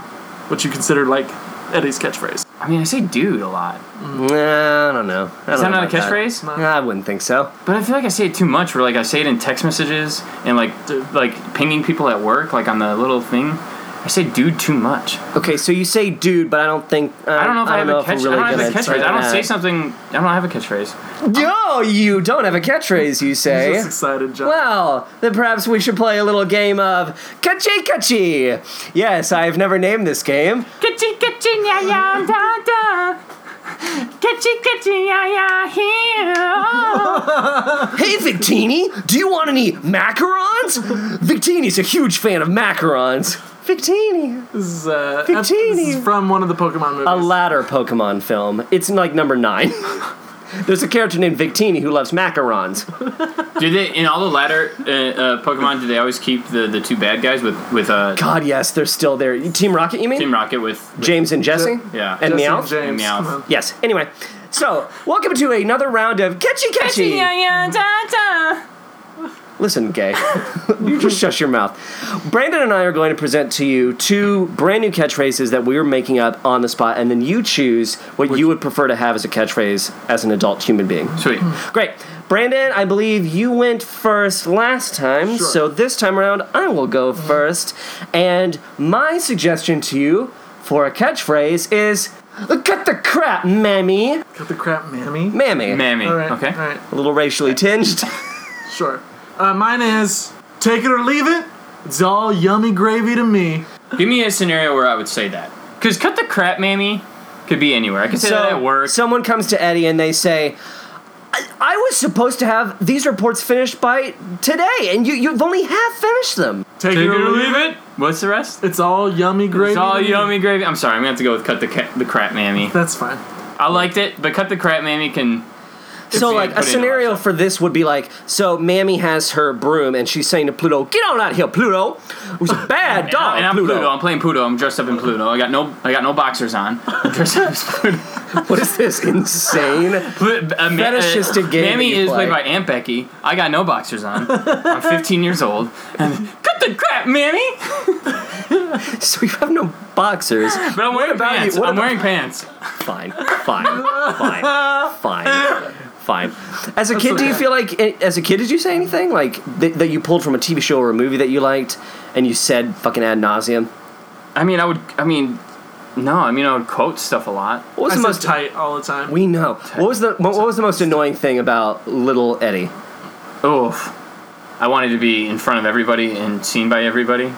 what you consider like Eddie's catchphrase? I mean, I say dude a lot. Nah, I don't know. I Is that don't know not a about that. catchphrase? Nah, I wouldn't think so. But I feel like I say it too much. Where like I say it in text messages and like d- like pinging people at work, like on the little thing. I say dude too much. Okay, so you say dude, but I don't think I don't know if I, have know a catch. I'm really I don't have a gonna catchphrase. I try don't say that. something. I don't have a catchphrase. No, you don't have a catchphrase. You say. Just excited, John. Well, then perhaps we should play a little game of Kachi Kachi. Yes, I've never named this game. Kitchy kitchy ya ya da da. Kitchy kitchy ya ya here. Oh, Hey, Victini, do you want any macarons? Victini's a huge fan of macarons. Victini. this is, uh, ep- this Victini. is from one of the Pokemon movies. A latter Pokemon film. It's like number nine. There's a character named Victini who loves macarons. Do they in all the latter uh, uh, Pokemon? Do they always keep the, the two bad guys with with uh, God, yes, they're still there. Team Rocket, you mean? Team Rocket with James and Jesse? yeah. And Jesse Meowth? and James. Meowth. come on. Yes. Anyway, so welcome to another round of Catchy Catchy. Ya ya da da. Listen, gay. you just shut your mouth. Brandon and I are going to present to you two brand new catchphrases that we are making up on the spot, and then you choose what you would prefer to have as a catchphrase as an adult human being. Sweet. Great. Brandon, I believe you went first last time, Sure. so this time around I will go first. And my suggestion to you for a catchphrase is cut the crap, mammy. Cut the crap, Mammy. Mammy. Mammy. All right. okay. All right. a little racially tinged. Sure. Uh, mine is take it or leave it. It's all yummy gravy to me. Give me a scenario where I would say that. Cause cut the crap, mammy, could be anywhere. I could say that at work. Someone comes to Eddie and they say, I, I was supposed to have these reports finished by today, and you, you've only half finished them. Take, Take it or leave it. What's the rest? It's all yummy gravy. It's all to me. yummy gravy. I'm sorry. I'm gonna have to go with cut the ca- the crap, mammy. That's fine. I liked it, but cut the crap, mammy can. So, you like, put a it in scenario also. for this would be like, so Mammy has her broom, and she's saying to Pluto, Get on out here, Pluto! Who's a bad dog, and I'm Pluto. Pluto. I'm playing Pluto. I'm dressed up in Pluto. I got no. I got no boxers on. I'm dressed up as Pluto. What is this, insane? Plu- uh, ma- Fetishistic uh, game that Mammy you is played play. by Aunt Becky. I got no boxers on. I'm 15 years old. And cut the crap, Mammy. so you have no boxers. But I'm wearing about you? pants. What I'm about- wearing pants. fine, fine, fine, fine, fine. As a kid, do you okay. feel like, as a kid, did you say anything like that, that you pulled from a TV show or a movie that you liked, and you said fucking ad nauseum? I mean, I would. I mean, no. I mean, I would quote stuff a lot. What was I the said most? tight all the time. we know. What was the what, what was the most annoying thing about little Eddie? Oof. I wanted to be in front of everybody and seen by everybody.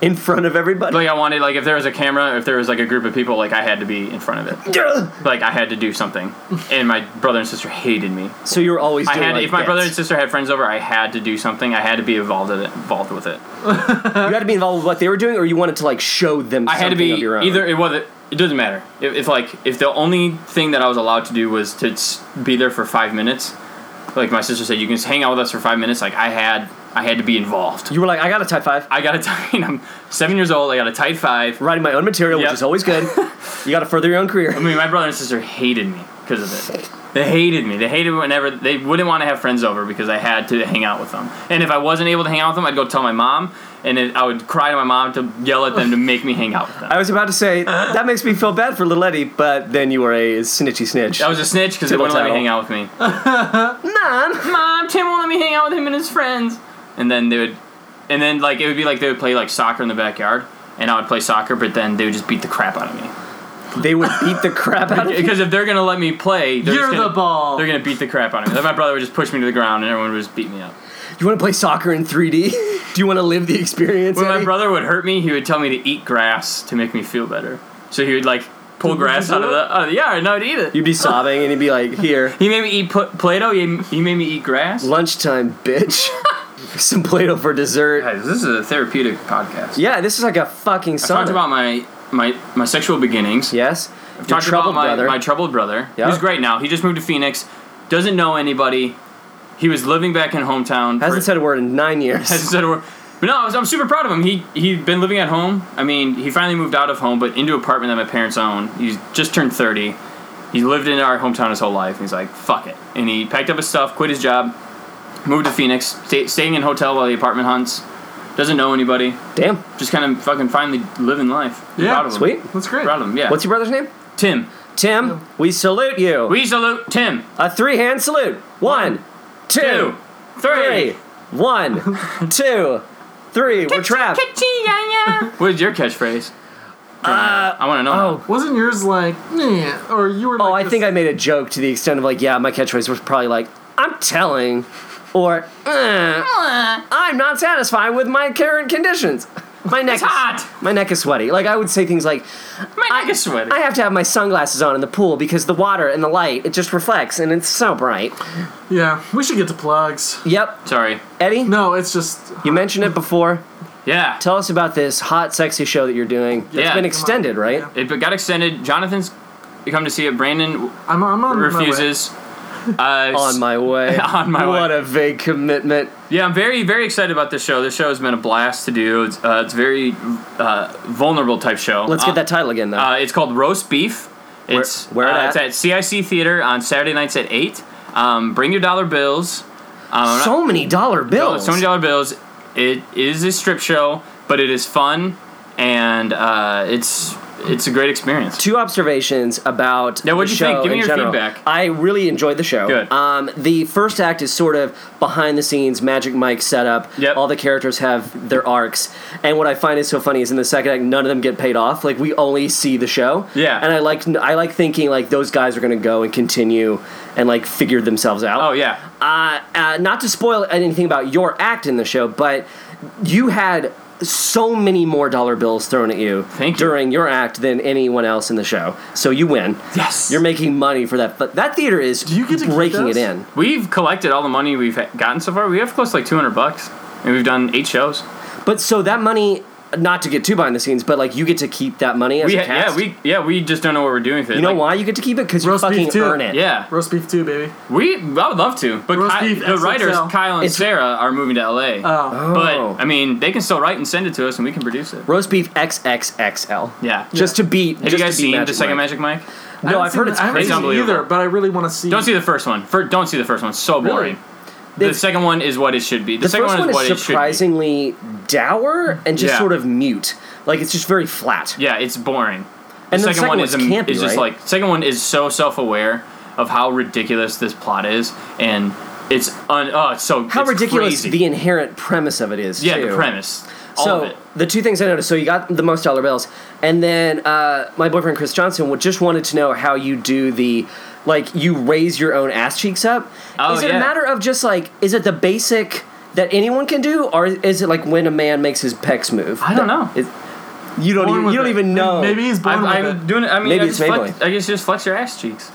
In front of everybody. Like I wanted, like if there was a camera, if there was like a group of people, like I had to be in front of it. Duh! Like I had to do something. And my brother and sister hated me. so you were always. I doing had, like if my that. brother and sister had friends over, I had to do something. I had to be involved in it, involved with it. you had to be involved with what they were doing, or you wanted to like show them. I had to something be of your own. either it was it doesn't matter if, if like if the only thing that I was allowed to do was to s- be there for five minutes. Like my sister said, you can just hang out with us for five minutes. Like I had, I had to be involved. You were like, I got a tight five. I got a tight. I'm seven years old. I got a tight five. Writing my own material, Yep. which is always good. you got to further your own career. I mean, my brother and sister hated me because of it. They hated me. They hated whenever they wouldn't want to have friends over because I had to hang out with them. And if I wasn't able to hang out with them, I'd go tell my mom, and it, I would cry to my mom to yell at them to make me hang out with them. I was about to say that makes me feel bad for little Eddie, but then you were a snitchy snitch. I was a snitch because they Tittle wouldn't let me tattle. hang out with me. Mom, Mom, Tim won't let me hang out with him and his friends. And then they would, and then like it would be like they would play like soccer in the backyard, and I would play soccer, but then they would just beat the crap out of me. they would beat the crap out of you. Because if they're gonna let me play, they're You're just gonna, the ball. They're gonna beat the crap out of me. Then my brother would just push me to the ground, and everyone would just beat me up. You want to play soccer in 3D? Do you want to live the experience? When my Eddie? brother would hurt me, he would tell me to eat grass to make me feel better. So he would like pull grass out of the out of the yard, and I would eat it. You'd be sobbing and he'd be like, "Here, He made me eat pl- Play-Doh. He, he made me eat grass. lunchtime, bitch. Some Play-Doh for dessert." Guys, this is a therapeutic podcast. Yeah, this is like a fucking I talked song. about my my my sexual beginnings. yes, your talked troubled about my, brother. my troubled brother. Yeah. He's great now. He just moved to Phoenix. Doesn't know anybody. He was living back in hometown. for- hasn't said a word in nine years. hasn't said a word. But no, I was, I'm super proud of him. He he'd been living at home. I mean, he finally moved out of home, but into an apartment that my parents own. He's just turned 30. He's lived in our hometown his whole life. And he's like, fuck it, and he packed up his stuff, quit his job, moved to Phoenix, stay, staying in a hotel while the apartment hunts. Doesn't know anybody. Damn, Just kind of fucking finally living life. Yeah, proud of him. sweet. That's great. Proud of him. Yeah. What's your brother's name? Tim? Tim. We salute you. We salute Tim. a three-hand salute. One, two, Two, three, three. One, two, three. We're trapped. Kitchy ya ya yeah. What is your catchphrase? I want to know. Oh, Wasn't yours like, yeah, or you were? Like oh, I this- think I made a joke to the extent of like, yeah, my catchphrase was probably like, I'm telling, or "Uh, I'm not satisfied with my current conditions. My neck is hot. My neck is sweaty. Like I would say things like, My neck is sweaty. I have to have my sunglasses on in the pool because the water and the light it just reflects and it's so bright. Yeah, we should get to plugs. Yep, Sorry. Eddie, No, it's just you mentioned it before. Yeah. Tell us about this hot, sexy show that you're doing. it's Yeah. been extended, right? Yeah. It got extended. Jonathan's come to see it. Brandon I'm, I'm on refuses. Uh, On my way. On my what way. a vague commitment. Yeah, I'm very, very excited about this show. This show has been a blast to do. It's, uh, it's a very uh, vulnerable type show. Let's Uh, get that title again, though. Uh, it's called Roast Beef. It's where it uh, at? It's at CIC Theater on Saturday nights at eight. Um, bring your dollar bills. Um, so many dollar bills. So many dollar bills. It is a strip show, but it is fun, and uh, it's it's a great experience. two observations about Yeah, what'd the you show think? Give me in your general. feedback. I really enjoyed the show. Good. Um, the first act is sort of behind the scenes Magic Mike setup. Yep. All the characters have their arcs, and what I find is so funny is in the second act, none of them get paid off. Like we only see the show. Yeah. And I like I like thinking like those guys are going to go and continue and like figure themselves out. Oh yeah, Uh, uh, not to spoil anything about your act in the show, but you had so many more dollar bills thrown at you, Thank you. during your act than anyone else in the show. So you win. Yes. you're making money for that. But that theater is you get to keep breaking those? it in. we've collected all the money we've ha- gotten so far. We have close to like 200 bucks, and we've done eight shows. But so that money, not to get too behind the scenes, but like you get to keep that money as We a ha- cast. yeah we yeah we just don't know what we're doing with it. you know Like, why you get to keep it? Because you Roast beef fucking too. earn it. Yeah, Roast beef too, baby. we I would love to, but Roast Ky- beef, the writers XXL. Kyle and It's- Sarah are moving to LA. Oh, Oh. But I mean, they can still write and send it to us, and we can produce it. Roast beef XXXL. Yeah. Just to beat. Have just you guys to beat seen Magic the second Mike. Magic Mike? No, I've heard it's I haven't crazy. seen it either, Unbelievable. but I really want to see. Don't see the first one. Fir- don't see the first one. So boring. The It's- second one is what it should be. The, The second first one is what it should be. surprisingly dour and just Yeah. sort of mute. Like it's just very flat. Yeah, it's boring. The second, And then the second one is, one's am- campy, is just right? like second one is so self aware of how ridiculous this plot is, and it's un- oh, it's so How it's ridiculous crazy. the inherent premise of it is. yeah the too. premise all so of it. the two things I noticed. So you got the most dollar bills, and then uh, my boyfriend Chris Johnson would just wanted to know how you do the like you raise your own ass cheeks up. Oh, is it a yeah. matter of just like is it the basic that anyone can do, or is it like when a man makes his pecs move? I don't know. It- you don't Born even, with you don't it. even know. Maybe he's born I'm, with I'm it. doing it. I mean, Maybe I it's just flex, Maybelline. I guess just flex your ass cheeks.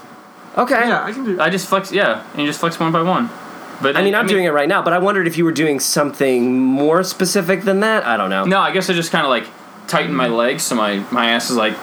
okay. Yeah, I can do. I just flex. Yeah, and you just flex one by one. But I mean, I'm doing it right now, but I wondered if you were doing something more specific than that. I don't know. No, I guess I just kind of like tighten my legs so my my ass is like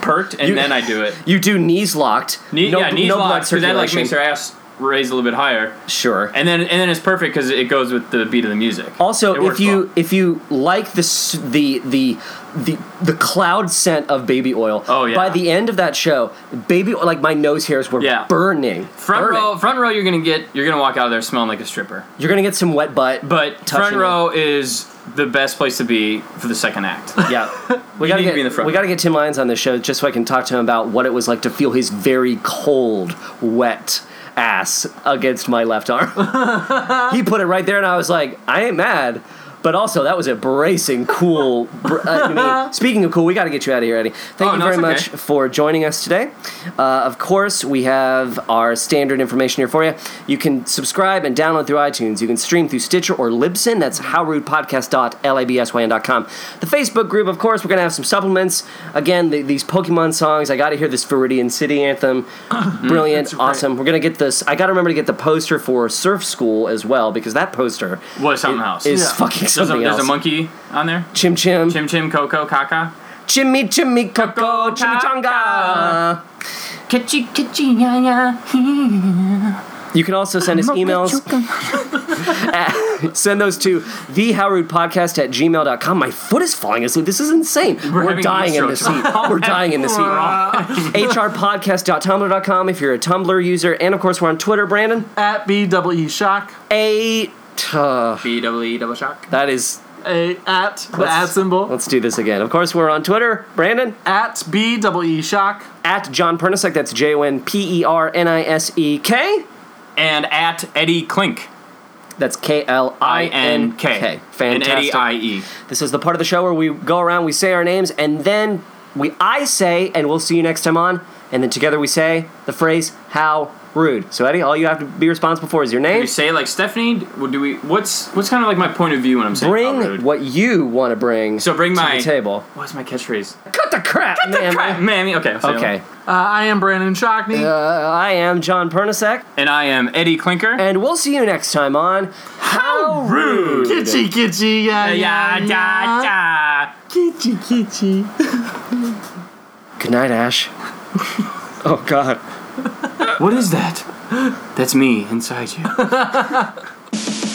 perked, and You- then I do it. You do knees locked. Knee, yeah, knees no locked blood because that like circulation. makes her ass raise a little bit higher, Sure. and then and then it's perfect because it goes with the beat of the music. It Also, if works you well. if you like the s- the the the the cloud scent of baby oil, Oh, yeah. by the end of that show, baby oil- like my nose hairs were Yeah. burning. front burning. row, front row, you're gonna get you're gonna walk out of there smelling like a stripper. you're gonna get some wet butt. But front Touching row is the best place to be for the second act. yeah, we You need gotta to get be in the front. we gotta get Tim Lyons on this show just so I can talk to him about what it was like to feel his very cold, wet ass against my left arm. he put it right there, and I was like, I ain't mad. But also, that was a bracing, cool. br- uh, I mean, speaking of cool, we got to get you out of here, Eddie. Thank Oh, you no, very it's okay. much for joining us today. Uh, of course, we have our standard information here for you. You can subscribe and download through iTunes. You can stream through Stitcher or Libsyn. That's howrudepodcast.libsyn.com. The Facebook group, of course, we're going to have some supplements. Again, the, these Pokemon songs. I got to hear this Viridian City anthem. Brilliant, awesome. We're going to get this. I got to remember to get the poster for Surf School as well because that poster Was something else. is Yeah. fucking there's, a, something there's a else. monkey on there. Chim chim. Chim chim coco caca. Chimmy chimmy coco chimichanga. Kitchy, kitchy, yeah, yeah. You can also send us emails. at- send those to thehowrudepodcast at gmail.com. My foot is falling asleep. This is insane. We're, having dying in heat this heat. strokes. We're dying in this heat. HRpodcast.tumblr.com if you're a Tumblr user. And of course, we're on Twitter, Brandon. At B double E shock. Eight. uh, B double E double shock. that is. A at the let's- at symbol. Let's do this again. Of course, we're on Twitter, Brandon. At B double E shock. At John Pernisek. That's J O N P E R N I S E K. And at Eddie Clink. That's K L I N K. And Eddie Fantastic. I E. This is the part of the show where we go around, we say our names, and then we I say, and we'll see you next time on. And then together we say the phrase "How rude." So Eddie, all you have to be responsible for is your You name. say like Stephanie. what Do we? What's what's kind of like my point of view when I'm saying Bring how rude? what you want to bring. So bring to my- the table. What's my catchphrase? Cut the crap, Cut man. Crap, Mammy. Okay. I'll say it. Okay, Uh, I am Brandon Shockney. uh, I am John Pernasek, And I am Eddie Clinker. and we'll see you next time on How rude. kitschy, kitschy, yeah, Yeah, yeah, da, yeah. da. Kitschy, kitschy. Good night, Ash. oh God. What is that? That's me inside you.